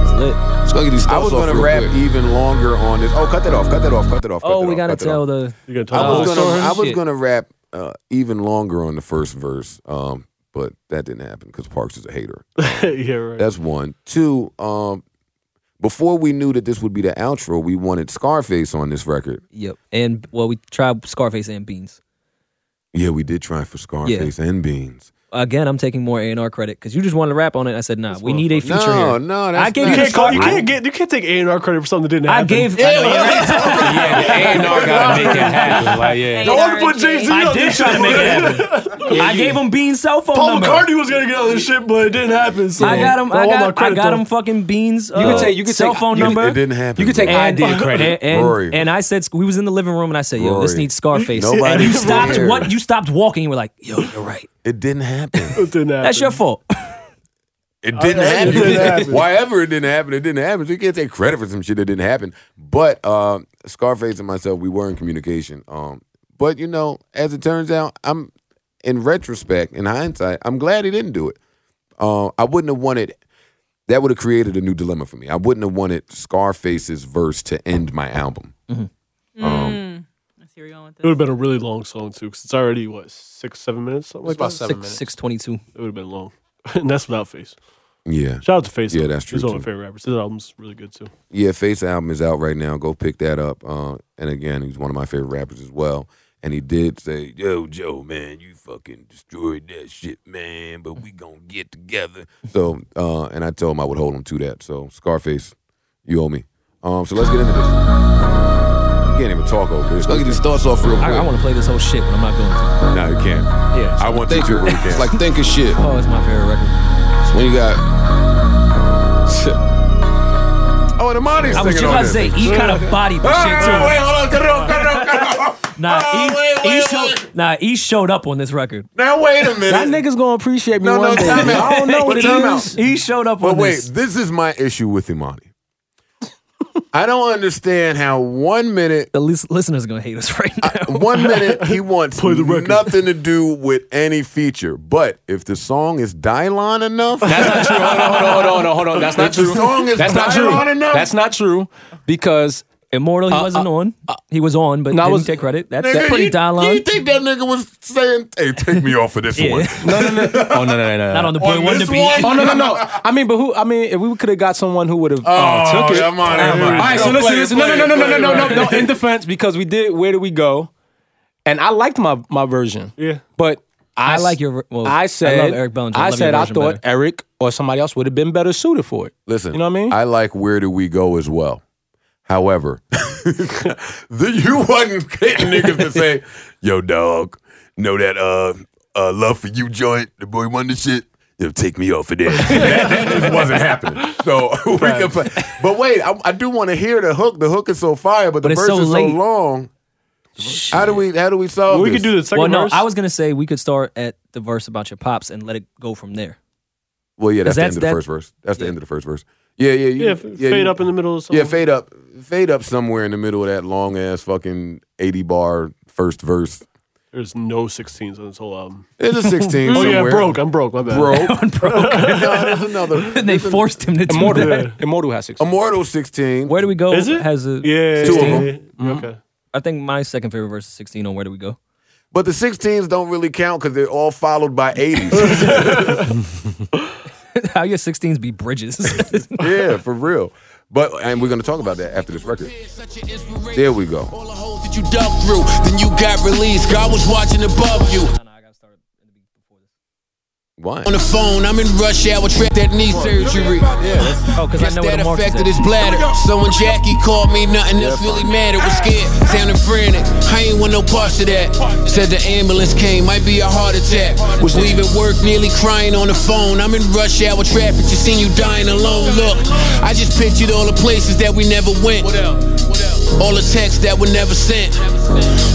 It's lit. Let's go get these I was thoughts off gonna real rap quick. even longer on this. Oh, cut that off. Cut that off. Cut that off. cut Oh, that we off, gotta cut that off. tell the uh, You're gonna talk I was about gonna I was shit. gonna rap uh, even longer on the first verse, um, but that didn't happen because Parks is a hater. [LAUGHS] yeah, right. That's one. Two, um, before we knew that this would be the outro, we wanted Scarface on this record. Yep. And well, we tried Scarface and Beans. Yeah, we did try for Scarface and Beans. Again, I'm taking more A and R credit because you just wanted to rap on it. I said, nah, we need a feature No, here. no, that's I gave not- you you the can't, call, you Scar- can't get you can't take A and R credit for something that didn't I happen. gave. [LAUGHS] Yeah, and I gotta make it happen. Like yeah. I want to put Jay Z I on did this try shit. to make it but- [LAUGHS] I gave him Beans' cell phone Paul number. McCartney was gonna get on this shit, but it didn't happen. So I got him. For I all my got. I credit, got though. him. Fucking Beans. You uh, could take- you could cell take- phone you- number. It didn't happen. You can take bro. [LAUGHS] I And, did credit. and, and, Rory. and I said we was in the living room and I said, "Yo, this Rory. needs Scarface." Nobody and you cares. stopped. What you stopped walking? You were like, "Yo, you're right. It didn't happen. It didn't happen. That's your fault." It didn't Oh, it happen. [LAUGHS] didn't happen. Why ever it didn't happen, it didn't happen. So you can't take credit for some shit that didn't happen. But um, Scarface and myself, we were in communication. Um, but you know, as it turns out, I'm in retrospect, in hindsight, I'm glad he didn't do it. Uh, I wouldn't have wanted that would have created a new dilemma for me. I wouldn't have wanted Scarface's verse to end my album. I see where you're going with It this. would have been a really long song too, because it's already what six, seven minutes, something like about that. seven [LAUGHS] Six minutes. six twenty two. It would have been long, [LAUGHS] and that's without Face. Yeah. Shout out to Face. Yeah, though. that's true, He's one of too. my favorite rappers. His album's really good too. Yeah, Face album is out right now. Go pick that up. Uh, and again, he's one of my favorite rappers as well. And he did say, "Yo, Joe, man, you fucking destroyed that shit, man. But we gonna get together." So, uh, and I told him I would hold him to that. So, Scarface, you owe me. Um, so let's get into this. You can't even talk over this. Let's go get these thoughts off real I, I quick. want to play this whole shit when I'm not going No, you can't. to. Yeah. I want you Think to, but you It's can't. like thinking shit. Oh, it's my favorite record. When you got. oh, and Amani's I was just singing about on to this. say, E kind of bodied Oh, the shit too. hold on, cut it off, cut it [LAUGHS] off, cut it off. Nah, Oh, E, wait, wait, E showed, nah, E showed up on this record. Now wait a minute. That nigga's gonna appreciate me No, one Oh, no, day. time out. I [LAUGHS] [LAUGHS] don't know what But it time out. is. E showed up But on wait, this. this is my issue with Imani. I don't understand how one [LAUGHS] minute, The lis- listeners are gonna hate us [LAUGHS] right now. one minute he wants the record. nothing to do with any feature. But if the song is Dylon enough, That's not true. Hold on, hold on, hold on, hold on. That's not If the true. song is That's not true. viral enough- That's not true because Immortal, he wasn't on. he was on, but no, I didn't was- take credit. That's Nigga, pretty you, dialogue. You think that nigga was saying, "Hey, take me off of this Yeah. one"? [LAUGHS] No, no, no. Oh, no, no, no, no. Not on the On boy Wonder this Beat. one? Oh no no [LAUGHS] no! I mean, but who? I mean, if we could have got someone who would have Oh, uh, took it. I'm on it. All [LAUGHS] right, Play so listen, it, listen. play No, no, it, no, no, play no, it, no, no, play [LAUGHS] no. In defense, because we did. Where do we go? And I liked my my version. Yeah. but I I, s- like your- well, I I love said Eric Bellinger. I I, love your said I version thought Eric or somebody else would have been better suited for it. Listen, You know what I mean? I like "Where Do We Go" as well. However, [LAUGHS] the, you wasn't getting niggas to say, "Yo, dog, know that uh, uh, love for you joint, the boy wonder shit." Yo, take me off of that. [LAUGHS] that, that just wasn't happening. So [LAUGHS] we can play. But wait, I, I do want to hear the hook. The hook is so fire, but the But it's verse so is so late. long. How do we how do we solve we this? could do the second Well, no, verse. I was gonna say we could start at the verse about your pops and let it go from there. Well, yeah, that's, 'Cause the end that's- of the that- first verse. That's the end of the first verse. Yeah, yeah, you, yeah, f- fade you- up in the middle of something. Yeah, fade up, fade up somewhere in the middle of that long ass fucking eighty bar first verse. There's no 16s on this whole album. It's [LAUGHS] a sixteen. Oh yeah, somewhere. broke. I'm broke. My bad. [LAUGHS] broke. [LAUGHS] no, there's another. And [LAUGHS] they There's an- forced him to do Immortal, that. Immortal has six. Immortal sixteen. Where do we go? Is it? Has Mm-hmm. a Yeah, Two of 16. them. Okay. I think my second favorite verse is 16 on Where Do We Go? [LAUGHS] But the sixteens don't really count because they're all followed by eighties. [LAUGHS] How your 16s be bridges. [LAUGHS] yeah, for real. But and we're gonna talk about that after this record. There we go. All the holes that you dug through, then you got released. God was watching above you. Why? On the phone, I'm in rush hour, trapped at knee surgery. oh, because I Guess know where that the mark is affected his at. bladder. So when Jackie called me, nothing else really mattered. Was scared, sounding frantic. I ain't want no parts of that. Said the ambulance came, might be a heart attack. Was leaving work, nearly crying on the phone. I'm in rush hour traffic, just seen you dying alone. Look, I just pictured all the places that we never went. All the texts that were never sent.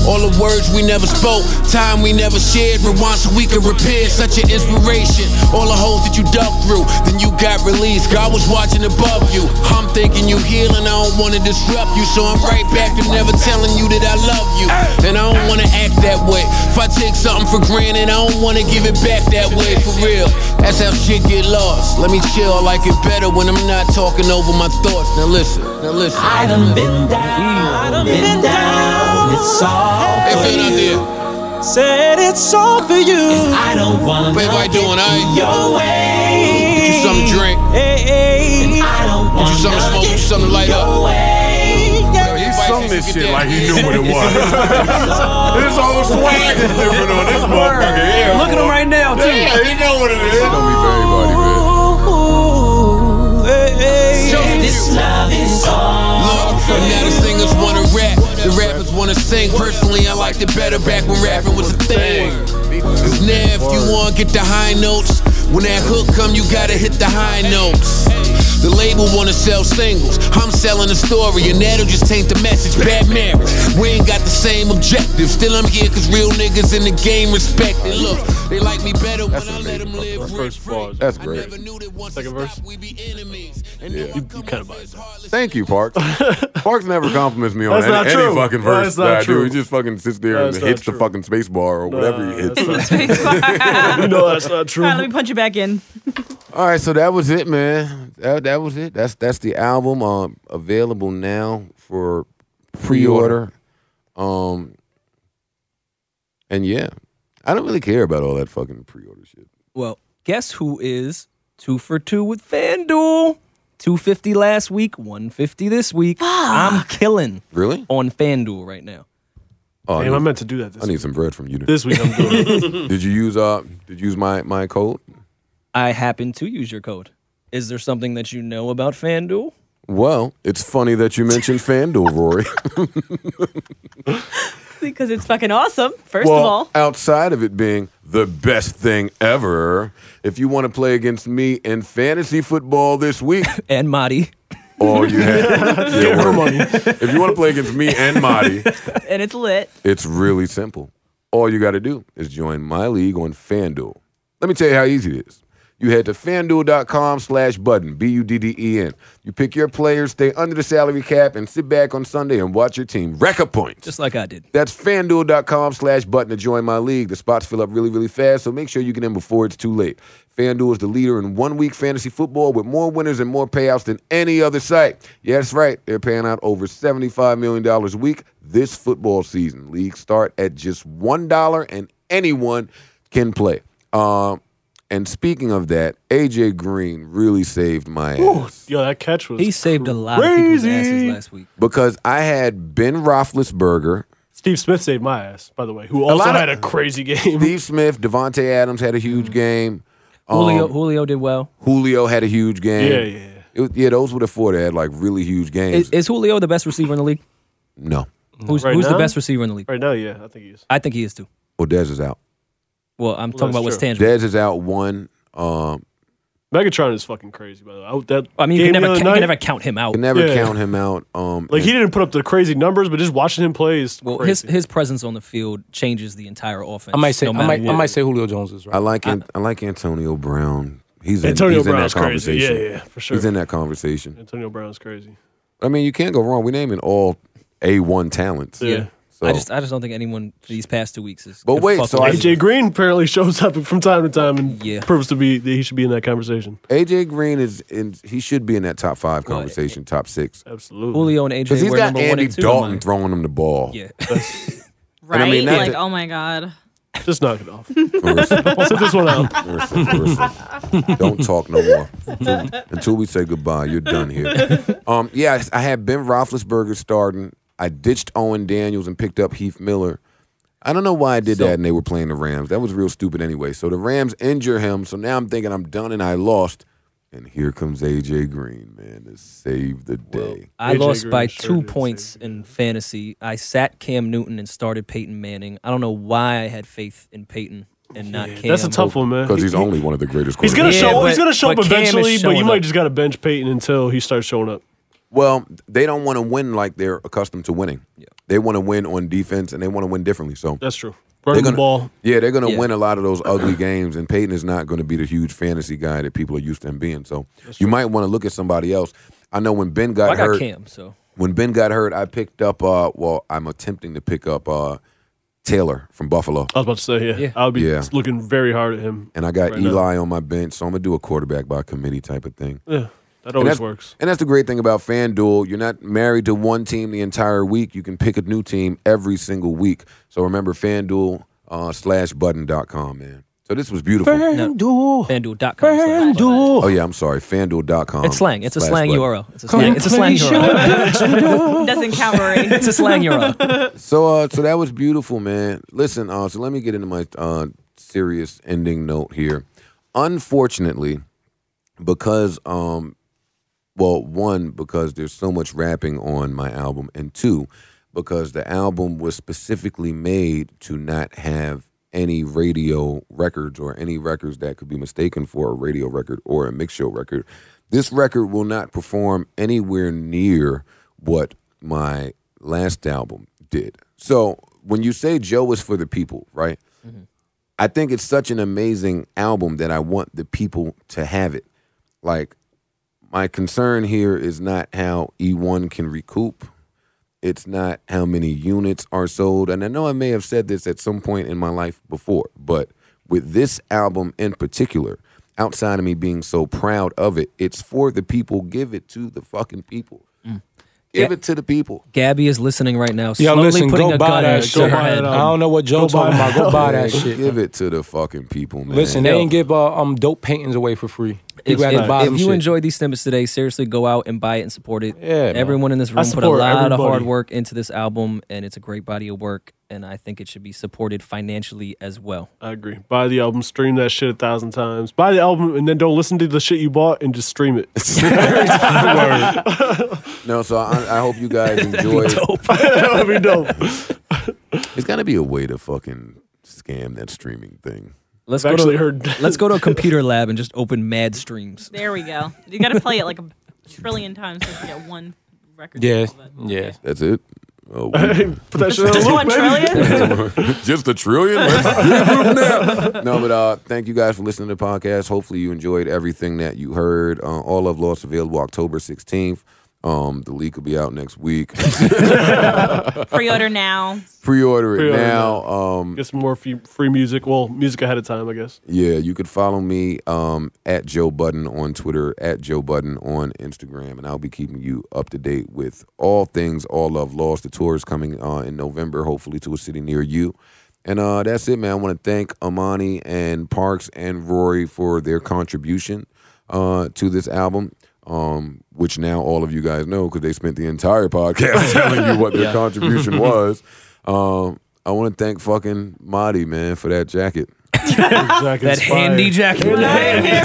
All the words we never spoke. Time we never shared. Rewind so we could repair. Such an inspiration. All the holes that you dug through. Then you got released. God was watching above you. I'm thinking you healing. I don't want to disrupt you. So I'm right back to never telling you that I love you. And I don't want to act that way. If I take something for granted, I don't want to give it back that way. For real. That's how shit get lost. Let me chill. I like it better when I'm not talking over my thoughts. Now listen. Now listen. I done been down. Been down. It's all. Hey, out there. Babe, how you doing? I Get you something to drink. Get you something to smoke. Get you something to light up. He sung this shit like he knew what it [LAUGHS] was. His whole swag is different on this motherfucker. Yeah, Look at him right now, too. Yeah, he know what it is. Don't be for everybody, man. Look, but now the singers wanna rap. The rappers wanna sing. Personally, I liked it better back when rapping was a thing. Cause now if you wanna get the high notes, when that hook come, you gotta hit the high notes. The label wanna sell singles. I'm selling a story, and that'll just taint the message. Bad marriage. We ain't got the same objective. Still, I'm here cause real niggas in the game respect it. Look, they like me better when That's I let amazing. them live First bars. That's I great. never knew that once Second Second verse. verse. we be enemies. And Yeah. You- yeah. you, you kinda buy that. Thank you, [LAUGHS] Parks. Parks never compliments me on That's any, not any true. fucking verse That's not that I do. true. He just fucking sits there That's and not hits the true. fucking space bar or whatever he hits. that's not- All no, [LAUGHS] that's not [LAUGHS] true. right, let me punch you back in. All right, so that was it, man. That that was it. That's that's the album um, available now for pre-order. Um, and yeah, I don't really care about all that fucking pre-order shit. Well, guess who is two for two with FanDuel? 250 last week, 150 this week. I'm killing Really? on FanDuel right now. Oh, Damn, I, I need, meant to do that I this week. need some bread from you. This week I'm doing [LAUGHS] it. Did you use uh? Did you use my my code? I happen to use your code. Is there something that you know about FanDuel? Well, it's funny that you mentioned FanDuel, Rory. Because it's fucking awesome, first well, of all. outside of it being the best thing ever, if you want to play against me in fantasy football this [LAUGHS] week, And Marty. all you have. Give her money. If you want to play against me and [LAUGHS] Marty, And it's lit. it's really simple. All you got to do is join my league on FanDuel. Let me tell you how easy it is. You head to fanduel.com slash button, B U D D E N. You pick your players, stay under the salary cap, and sit back on Sunday and watch your team rack up points. Just like I did. That's fanduel.com slash button to join my league. The spots fill up really, really fast, so make sure you get in before it's too late. FanDuel is the leader in one week fantasy football with more winners and more payouts than any other site. Yeah, that's right. They're paying out over $75 million a week this football season. Leagues start at just $1 and anyone can play. Um, and speaking of that, AJ Green really saved my ass. Yo, that catch was He saved a lot of people's asses crazy. last week. because I had Ben Roethlisberger, Steve Smith saved my ass, by the way, who also lot of- had a crazy game. Steve Smith, Devontae Adams had a huge game, Um, Julio, Julio did well. Julio had a huge game. Yeah, yeah, yeah. It was- yeah, those were the four that had like really huge games. Is, is Julio the best receiver in the league? no, Who's, Right who's the now? best receiver in the league? [LAUGHS] right now, yeah, I think he is. I think he is too. Odez is out. Well, I'm talking that's about what's true. tangible. Dez is out one. Um, Megatron is fucking crazy, by the way. I, that I mean, you game can the never, other ca- you night, can never count him out. can never Yeah. count him out. Um, Like he didn't put up the crazy numbers, but just watching him play is Well, his crazy. his presence on the field changes the entire offense. I might say no I matter might I what. might say Julio Jones is I right. like An- I like Antonio Brown. He's in, Antonio he's in Brown's that crazy. Yeah, conversation. yeah, for sure. He's in that conversation. Antonio Brown's crazy. I mean, you can't go wrong. We're naming all A one talents. Yeah. So, I just I just don't think anyone for these past two weeks is. But is wait, fucking so I- with AJ him. Green apparently [LAUGHS] shows up from time to time and Yeah. proves to be that he should be in that conversation. AJ Green is in. He should be in that top five conversation, top six, Absolutely. Julio and AJ because he's were got number one Andy and two. in Dalton mine. throwing him the ball. Yeah, Right? I mean, not like, that- oh my God. Just knock it [LAUGHS] [LAUGHS] off. Marissa, Sit this one out. Marissa, Marissa. Don't talk no more until, until we say goodbye. You're done here. Um, yeah, I had Ben Roethlisberger starting. I ditched Owen Daniels and picked up Heath Miller. I don't know why I did that, and they were playing the Rams. That was real stupid anyway. So the Rams injure him. So now I'm thinking I'm done, and I lost. And here comes AJ Green, man, to save the day. I AJ lost Green by sure two did points in fantasy. I sat Cam Newton and started Peyton Manning. I don't know why I had faith in Peyton and not Cam. That's a tough one, man. Because he's only one of the greatest. He's gonna quarterbacks. Yeah, show. he's but- gonna show up but Cam is eventually, but you showing might up. just gotta bench Peyton until he starts showing up. Well, they don't want to win like they're accustomed to winning. They want to win on defense, and they want to win differently. So That's true. they're Running gonna, the ball. yeah, they're going to Yeah. win a lot of those ugly games, and Peyton is not going to be the huge fantasy guy that people are used to him being. So you might want to look at somebody else. I know when Ben got I got hurt, Cam, so when Ben got hurt, I picked up. Uh, well, I'm attempting to pick up uh, Taylor from Buffalo, I was about to say, yeah. Yeah. I would be Yeah. looking very hard at him. and I got Right now. Eli on my bench, so I'm gonna do a quarterback by committee type of thing. Yeah. That And always that's- works. And that's the great thing about FanDuel. You're not married to one team the entire week. You can pick a new team every single week. So remember FanDuel uh, slash button.com, man. So this was beautiful. FanDuel. FanDuel.com. slash- FanDuel. Oh, yeah, I'm sorry. FanDuel.com. It's slang. It's a slash slang button. URL. It's a slang. It's a slang play URL. [LAUGHS] Doesn't count, Rory. It's a slang URL. So, uh, so that was beautiful, man. Listen, uh, so let me get into my uh, serious ending note here. Unfortunately, because, um, well, one, because there's so much rapping on my album, and two, because the album was specifically made to not have any radio records or any records that could be mistaken for a radio record or a mix show record. This record will not perform anywhere near what my last album did. So when you say Joe is for the people, right? I think it's such an amazing album that I want the people to have it. Like, my concern here is not how E1 can recoup. It's not how many units are sold. And I know I may have said this at some point in my life before, but with this album in particular, outside of me being so proud of it, it's for the people. Give it to the fucking people. Mm. Give Yeah. it to the people. Gabby is listening right now. Yeah, slowly listen, putting go a buy gun that. to shit. her buy head. it. I don't know what Joe buy talking it. about. Go buy [LAUGHS] that Man, shit. Give it to the fucking people, man. [LAUGHS] Listen, they Yo. ain't give uh, um dope paintings away for free. You If, got to if- buy if them you shit. enjoyed these snippets today, seriously go out and buy it and support it. Yeah, man. Everyone in this room put a support lot of hard everybody. work into this album, and it's a great body of work. And I think it should be supported financially as well. I agree. Buy the album, stream that shit a thousand times. Buy the album and then don't listen to the shit you bought and just stream it. [LAUGHS] No, so I, I hope you guys enjoyed. that would be [LAUGHS] dope. It's got to be a way to fucking scam that streaming thing. Let's I've go actually to heard- [LAUGHS] let's go to a computer lab and just open mad streams. There we go. You got to play it like a trillion times to get one record. Yeah, deal, but- yeah. That's it. Oh, we- [LAUGHS] Put that shit on Just loop, one baby. trillion? just a trillion. Let's get moving now. No, but uh, thank you guys for listening to the podcast. Hopefully, you enjoyed everything that you heard. Uh, All of Lost available October sixteenth. Um, the leak will be out next week. [LAUGHS] Pre-order now. Pre-order it Pre-order now. Um, [LAUGHS] Get some more free, free music. Well, music ahead of time, I guess. yeah, you could follow me um, at Joe Budden on Twitter, at Joe Budden on Instagram, and I'll be keeping you up to date with all things All Love Lost. The tour is coming uh, in November, hopefully to a city near you. And uh, that's it, man. I want to thank Amani and Parks and Rory for their contribution uh, to this album, um, which now all of you guys know because they spent the entire podcast [LAUGHS] telling you what their contribution was. Um, I want to thank fucking Madi, man, for that jacket. Ah. That handy jacket. I'm here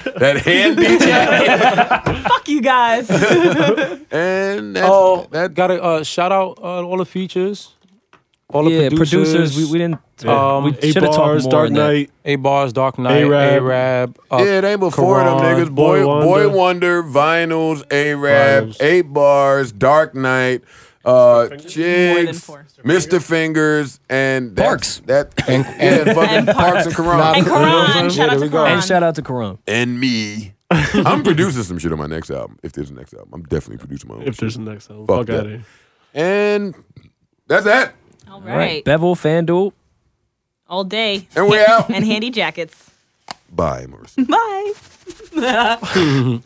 for it. That handy jacket. Fuck you guys. and that's, Oh, that got to uh, shout out uh, all the features, all the yeah, producers, producers. We, we didn't. Yeah. we Um, Eight should have talked bars, more Dark on that. Knight. A Bars, Dark Knight, uh, A-Rab. A Rab. yeah, it ain't but four of them Quran, niggas. Boy, Boy Boy Wonder, Wonder. Vinyls, A Rap, Vinyls. Eight Bars, Dark Knight, uh, Jigs, four. Mr. Fingers, and that, Parks. That [LAUGHS] and, yeah, fucking and Parks and Karan And Quran. Shout Yeah, out there to we go. Quran. And shout out to Karan. and me. I'm producing some shit on my next album. If there's a next album, I'm definitely producing my own. If Shit. there's a next album, Fuck fuck, out that. of here. And that's that. All All right. right. Bevel, FanDuel. All day. [LAUGHS] And we out. And handy jackets. [LAUGHS] Bye, Marissa. Bye.